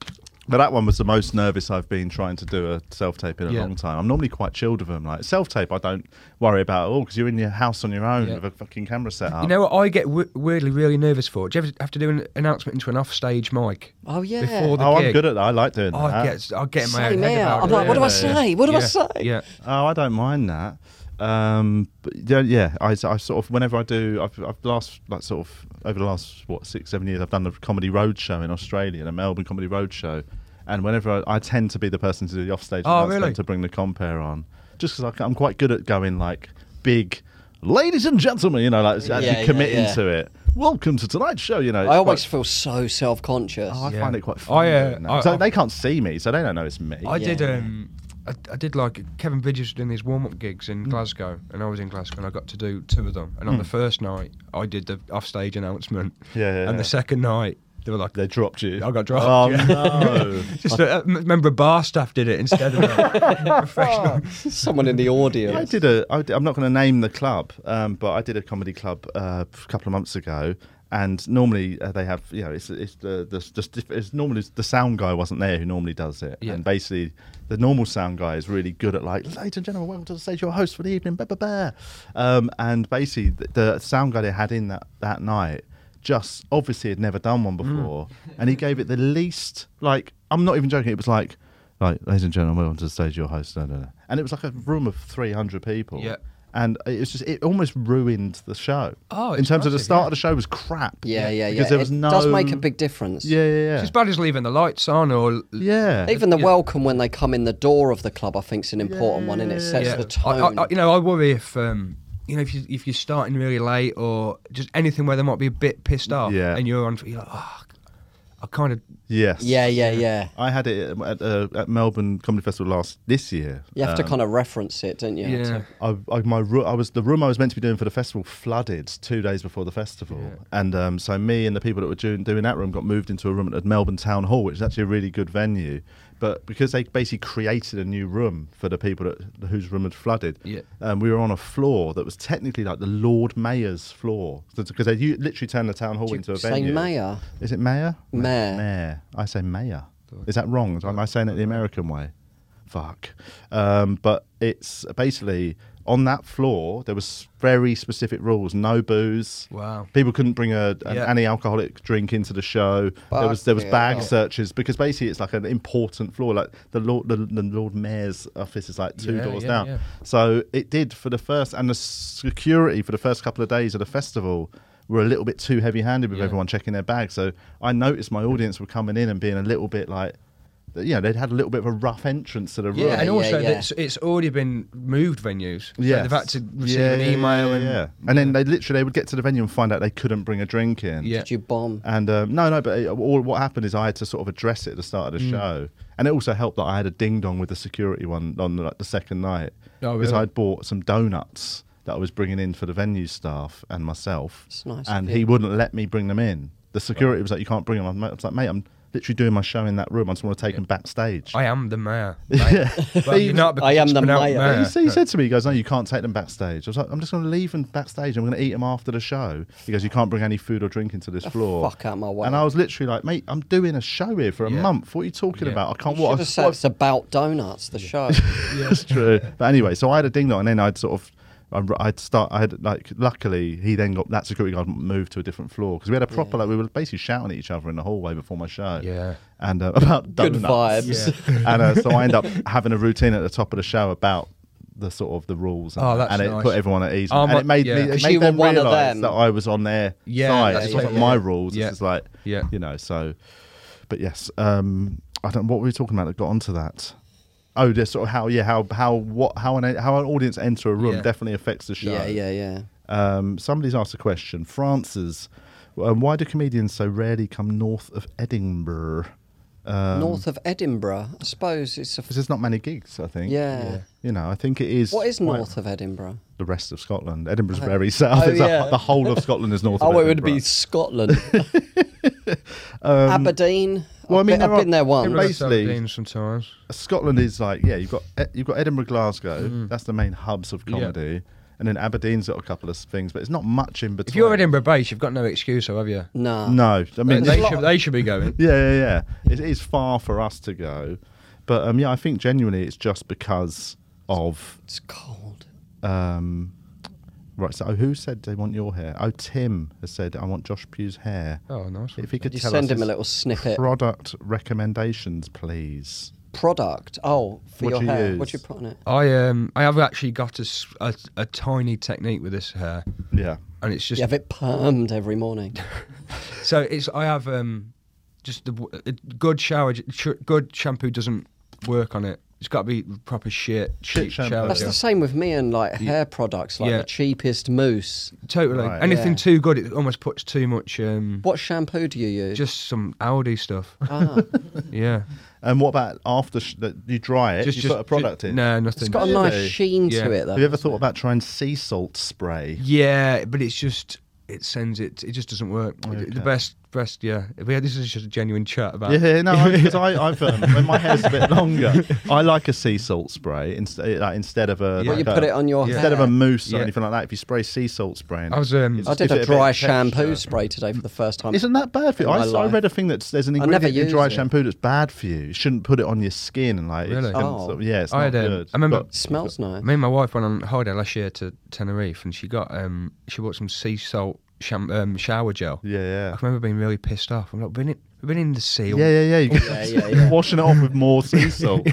D: But that one was the most nervous I've been trying to do a self tape in a
F: Yeah.
D: long time. I'm normally quite chilled with them. Like self tape, I don't worry about at all because you're in your house on your own
F: Yeah.
D: with a fucking camera set up.
F: You know what I get w- weirdly really nervous for? Do you ever have to do an announcement into an offstage mic?
E: Oh yeah.
F: Before the
D: oh,
F: gig?
D: I'm good at that. I like doing
F: I
D: that.
F: get I get in my
E: Same
F: own head
E: here.
F: about
E: I'm
F: it.
E: like,
D: what do I
E: say? What do I
F: Yeah.
E: say?
F: Yeah.
D: Oh, I don't mind that. Um, but yeah, yeah I, I sort of whenever I do, I've, I've last like sort of over the last what six seven years, I've done the comedy road show in Australia, the Melbourne comedy road show, and whenever I, I tend to be the person to do the offstage
F: Oh,
D: announcement
F: really?
D: to bring the compare on, just because I'm quite good at going like big, ladies and gentlemen, you know, like actually
E: yeah,
D: committing
E: yeah.
D: to it. Welcome to tonight's show. You know, it's
E: I always
D: quite-
E: feel so self-conscious.
D: Oh, I
F: Yeah.
D: find it quite
F: I,
D: funny.
F: uh,
D: doing that.
F: I-
D: so
F: I-
D: they can't see me, so they don't know it's me.
F: I did.
E: Yeah.
F: Um, I, I did like Kevin Bridges was doing these warm-up gigs
E: Hmm.
F: in Glasgow, and I was in Glasgow, and I got to do two of them. And on the first night, I did the offstage announcement.
D: Hmm. Yeah, yeah,
F: And
D: yeah.
F: the second night, they were like,
D: they dropped you.
F: I got dropped, [laughs]
D: Oh
F: yeah.
D: no.
F: just a, a member of bar staff did it instead of
D: [laughs]
F: a professional.
E: Someone in the audience.
D: I did a. I did, I'm not going to name the club, um, but I did a comedy club uh, a couple of months ago. And normally uh, they have, you know, it's, it's the, the just it's normally the sound guy wasn't there who normally does it,
F: Yeah.
D: and basically the normal sound guy is really good at like, ladies and gentlemen, welcome to the stage, your host for the evening, blah blah blah, um, and basically the, the sound guy they had in that that night just obviously had never done one before, and he gave it the least like I'm not even joking, it was like like, ladies and gentlemen, welcome to the stage, your host. No, no, no. And it was like a room of 300 people.
F: Yeah.
D: And it was just, it almost ruined the show.
F: Oh,
D: In
F: it's
D: terms of the
F: massive,
D: start
F: yeah.
D: of the show was crap.
E: Yeah, yeah, yeah.
D: Because there was
E: it
D: no.
E: does make a big difference.
D: Yeah, yeah,
F: It's
D: yeah.
F: as bad as leaving the lights on or
D: Yeah.
E: Even the
F: Yeah.
E: welcome when they come in the door of the club, I think, is an important one, and it sets
F: Yeah.
E: the
F: I-
E: tone.
F: I, I, you know, I worry if um, you know if you if you're starting really late or just anything where they might be a bit pissed off,
D: Yeah.
F: and you're on, you're like, oh, I kind of
D: yes.
E: yeah, yeah, yeah.
D: I had it at, at, uh, at Melbourne Comedy Festival last this year.
E: You have to kind of reference it, don't you?
F: yeah.
E: To-
D: I, I, my ro- I was the room I was meant to be doing for the festival flooded two days before the festival, and um, so me and the people that were doing, doing that room got moved into a room at Melbourne Town Hall, which is actually a really good venue. But because they basically created a new room for the people that, whose room had flooded,
F: Yeah.
D: um, we were on a floor that was technically like the Lord Mayor's floor because they u- literally turned the town hall into a
E: say
D: venue.
E: mayor?
D: Is it mayor?
E: Mayor.
D: Mayor. I say mayor. Is that wrong? Am I saying it the American way? Fuck. Um, but it's basically on that floor there was very specific rules. No booze.
F: Wow.
D: People couldn't bring a, an,
F: Yeah.
D: any alcoholic drink into the show. there was there was
G: Fucking
D: bag
G: hell.
D: searches because basically it's like an important floor. Like the Lord the, the Lord Mayor's office is like two
F: Yeah,
D: doors
F: yeah,
D: down.
F: yeah.
D: So it did for the first and the security for the first couple of days of the festival were a little bit too heavy handed with everyone checking their bags. So I noticed my audience were coming in and being a little bit like you know, they'd had a little bit of a rough entrance to the room.
F: Yeah, and also
E: yeah.
F: It's, it's already been moved venues.
D: Yeah,
F: Like, they've had to receive an
D: yeah, yeah,
F: email
D: yeah,
F: and
D: yeah. and then they literally they would get to the venue and find out they couldn't bring a drink in.
F: Yeah.
E: Did you bomb?
D: And um, no, no, but it, all what happened is I had to sort of address it at the start of
F: Mm.
D: the show, and it also helped that I had a ding dong with the security one on like the second night
F: Oh,
D: because
F: really?
D: I'd bought some donuts that I was bringing in for the venue staff and myself,
E: It's nice of
D: and
E: you.
D: he wouldn't let me bring them in. The security was like, "You can't bring them." I was like, "Mate, I'm literally doing my show in that room. I just want to take them backstage."
F: I am the
D: [laughs]
F: mayor. Yeah. Well, you're not because
E: I am
F: it's
E: the
F: pronounced
E: mayor.
D: He, s- he said to me, he goes, No, you can't take them backstage. I was like, I'm just going to leave them backstage. I'm going to eat them after the show. He goes, You can't bring any food or drink into this floor.
E: fuck out my way.
D: And I was literally like, Mate, I'm doing a show here for a
F: Yeah.
D: month. What are you talking
F: Yeah.
D: about? I
E: You
D: can't
E: should
D: what?
E: have said it's about donuts,
D: [laughs]
E: the show.
D: That's true. But anyway, so I had a ding dong, and then I'd sort of. I- I'd start. I had like. Luckily, he then got that security guard moved to a different floor because we had a proper. Like we were basically shouting at each other in the hallway before my show.
F: Yeah.
D: And uh, [laughs] about
E: Good
D: donuts.
E: vibes.
D: and uh, so I
F: [laughs]
D: end up having a routine at the top of the show about the sort of the rules, and,
F: Oh, that's
D: and it
F: nice.
D: put everyone at ease,
F: Oh,
D: and
F: my-
D: it made
F: yeah.
D: me, it
E: 'Cause
D: made
E: you were
D: them
E: one of
D: realise
E: them.
D: that I was on their
F: Yeah,
D: side.
F: that's
D: It's
F: right,
D: not
F: yeah.
D: my rules.
F: Yeah.
D: This is like,
F: Yeah.
D: you know. So, but yes, um, I don't. What were we talking about that got onto that? Oh, just sort of how yeah how how what how an how an audience enter a room
F: Yeah.
D: definitely affects the show.
E: yeah, yeah, yeah.
D: Um, somebody's asked a question. Francis, um, why do comedians so rarely come north of Edinburgh? Um,
E: North of Edinburgh, I suppose it's a.
D: because there's not many gigs. I think.
E: Yeah.
D: You know, I think it is.
E: What is
D: quite
E: north of Edinburgh?
D: The rest of Scotland. Edinburgh's very [laughs] south.
E: Oh,
D: It's the-
E: yeah.
D: the, whole of Scotland is north.
E: [laughs] Oh,
D: of
E: it would be
D: Edinburgh. [laughs] Um,
E: Scotland. Aberdeen.
D: well, I
E: I've
D: mean,
E: been-
D: there
E: I've been
D: are-
E: there once.
D: there are- basically-
F: Aberdeen sometimes.
D: Scotland is like yeah. You've got E- you've got Edinburgh, Glasgow.
E: Mm.
D: That's the main hubs of
F: Yeah.
D: comedy, and then Aberdeen's got a couple of things, but it's not much in between.
F: If you're Edinburgh based, you've got no excuse, though, have you?
E: Nah.
D: no, I mean
F: they, should, they should be going.
D: yeah, yeah, yeah. It is far for us to go, but um, yeah, I think genuinely it's just because of
E: It's cold.
D: Um, right, so who said they want your hair? Oh, Tim has said, I want Josh Pugh's hair.
F: Oh, nice.
D: If he could
E: You
D: tell
E: send
D: us
E: him a
D: his
E: little snippet.
D: Product recommendations, please.
E: Product. Oh, for
D: What
E: your
D: do you
E: hair.
D: use?
E: What do you put on it?
F: I um I have actually got a, s- a- a tiny technique with this hair,
D: Yeah.
F: and it's just
E: You have it permed every morning.
F: so it's I have um just the w- a good shower sh- good shampoo doesn't work on it. It's got to be proper shit
D: Shit
F: cheap
D: shampoo.
F: shower
E: That's
F: gel.
E: the same with me and like hair products, like
F: Yeah.
E: the cheapest mousse.
F: Totally.
D: Right.
F: Anything
E: Yeah.
F: too good, it almost puts too much. Um,
E: What shampoo do you use?
F: Just some Aldi stuff.
D: [laughs]
E: ah,
F: yeah.
D: And what about after sh- that you dry it,
F: Just
D: Eh, you
F: just,
D: put a product
F: ju-
D: in?
F: No,
E: it's
F: nothing.
E: got a nice
D: Really?
E: sheen
F: Yeah.
E: to it though.
D: Have you ever thought about trying sea salt spray?
F: yeah, but it's just it sends it. It just doesn't work. The best, best. Yeah. If we had, this is just a genuine chat about. [laughs]
D: Yeah, no, because I, I've um, when my hair's a bit longer, I like a sea salt spray instead like, instead of a.
F: Yeah. Well,
E: you
D: like a-
E: put it on your
F: Yeah.
E: hair.
D: Instead of a mousse or
F: Yeah.
D: anything like that, if you spray sea salt spray, in
F: I
D: it,
F: was, um,
D: it just
E: I did
D: gives it
E: a
D: bit of
E: dry
D: texture.
E: shampoo spray today for the first time.
D: Isn't that bad for you?
E: In
D: I,
E: my
D: s- I
E: life.
D: read a thing that's there's an
E: never
D: ingredient in
E: use
D: dry
E: it.
D: shampoo that's bad for you. You shouldn't put it on your skin and like
F: Really?
D: it's gonna
E: Oh.
D: sort of- yeah, it's
F: I
D: not
F: had, um,
D: good.
F: I remember-
D: But-
E: Smells nice.
F: Me and my wife went on holiday last year to Tenerife, and she got um she bought some sea salt sham- um, shower gel.
D: yeah, yeah.
F: I remember being really pissed off. I'm like, we've been in, we've been in the sea. all-
D: Yeah, yeah, yeah. You
E: Oh,
D: [laughs]
E: Yeah, yeah, yeah.
D: Washing it off with more
E: [laughs]
D: sea salt.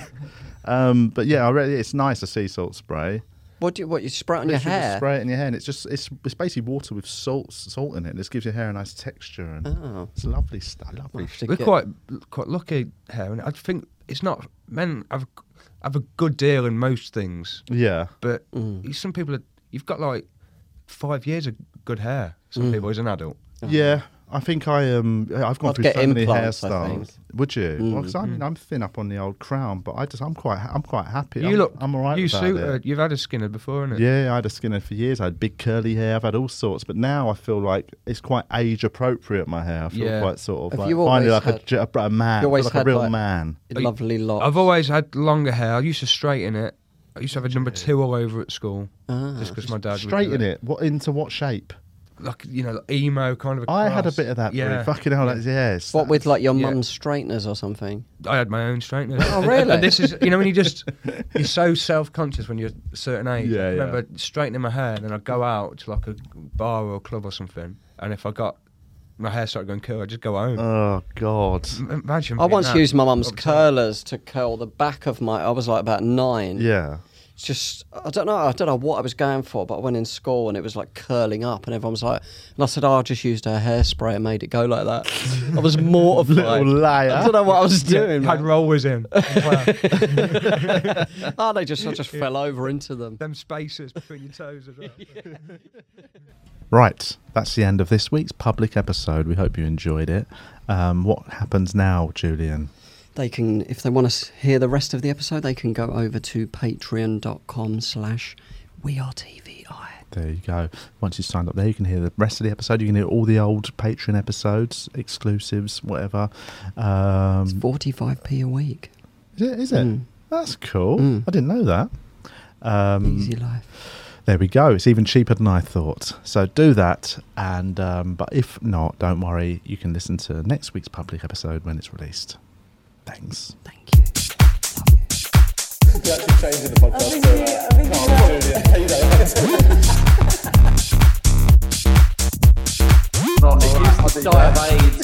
D: Um, but yeah, I really, it's nice a sea salt spray.
E: What do you, what you spray it on your
D: Literally just
E: hair?
D: spray it in your hair, and it's just it's, it's basically water with salt salt in it. This gives your hair a nice texture, and
E: Oh.
D: it's lovely stuff. Lovely.
E: Have to
F: We're
E: get-
F: quite quite lucky here, and I think it's not men have have a good deal in most things,
D: Yeah.
F: but
D: Mm.
F: some people are, you've got like five years of good hair. Some
D: Mm.
F: people as an adult.
D: Yeah, I think I um I've gone
E: Uh-huh. I'd
D: through
E: get
D: so many
E: implants, I think. Mm.
D: hairstyles. Would you? Because I
F: Mm.
D: mean, I'm thin up on the old crown, but I just I'm quite ha- I'm quite happy.
F: You
D: I'm,
F: look,
D: I'm alright.
F: You
D: about
F: suit.
D: it.
F: uh, You've had a skinner before, haven't
D: Yeah, I had a skinner for years. I had big curly hair. I've had all sorts, but now I feel like it's quite age appropriate. My hair. I feel
F: Yeah.
D: quite sort of
E: Have
D: like
E: you
D: finally
E: always
D: like a
E: had-
D: ge- a, br- a man,
E: you always
D: like a
E: had,
D: real
E: like-
D: man.
E: Lovely lot.
F: I've always had longer hair. I used to straighten it. I
D: Ah,
F: used to have a number two all over at school, just because my dad would do
D: Straighten it. What into what shape?
F: like you know, like emo kind of. A
D: I had a
F: cross.
D: bit of that.
F: Yeah,
D: Yeah. Fucking hell. That's, yeah. it's
E: What
D: that-
E: with like your
F: Yeah.
E: mum's straighteners or something?
F: I had my own straightener.
E: Oh, really?
F: And this is, you know, when you
E: [laughs]
F: just, you're so self conscious when you're a certain age.
D: Yeah,
F: I remember
D: yeah.
F: straightening my hair, and then I'd go out to like a bar or a club or something, and if I got my hair started going curly, I'd just go home.
D: Oh God.
E: Mm.
F: M- Imagine.
E: Uh, I
F: being
E: once
F: that
E: used my mum's
F: up to-
E: curlers to curl the back of my. I was like about nine.
D: Yeah.
E: It's just I don't know. I don't know what I was going for, but I went in school and it was like curling up, and everyone was like, and I said, oh, I just used her hairspray and made it go like that. I was
D: [laughs]
E: mortified.
D: Little liar.
E: I don't know what I was [laughs] doing.
F: had
E: man.
F: rollers in. as well.
E: [laughs] oh, they just I just fell over into them.
F: Them spaces between your toes as well.
D: Right, that's the end of this week's public episode. We hope you enjoyed it. Um, what happens now, Julian?
E: They can, if they want to hear the rest of the episode, they can go over to Patreon.com/slash We Are TVI.
D: There you go. Once you signed up there, you can hear the rest of the episode. You can hear all the old Patreon episodes, exclusives, whatever. Um,
E: It's 45p a week.
D: is it? Is it?
E: Mm.
D: That's cool.
E: Mm.
D: I didn't know that. Um,
E: Easy life.
D: There we go. It's even cheaper than I thought. So do that. And um, but if not, don't worry. You can listen to next week's public episode when it's released. Thanks.
E: Thank you. Love you.
A: You're actually changing the podcast. so, uh, oh, Julian, how you doing?
C: Not die of AIDS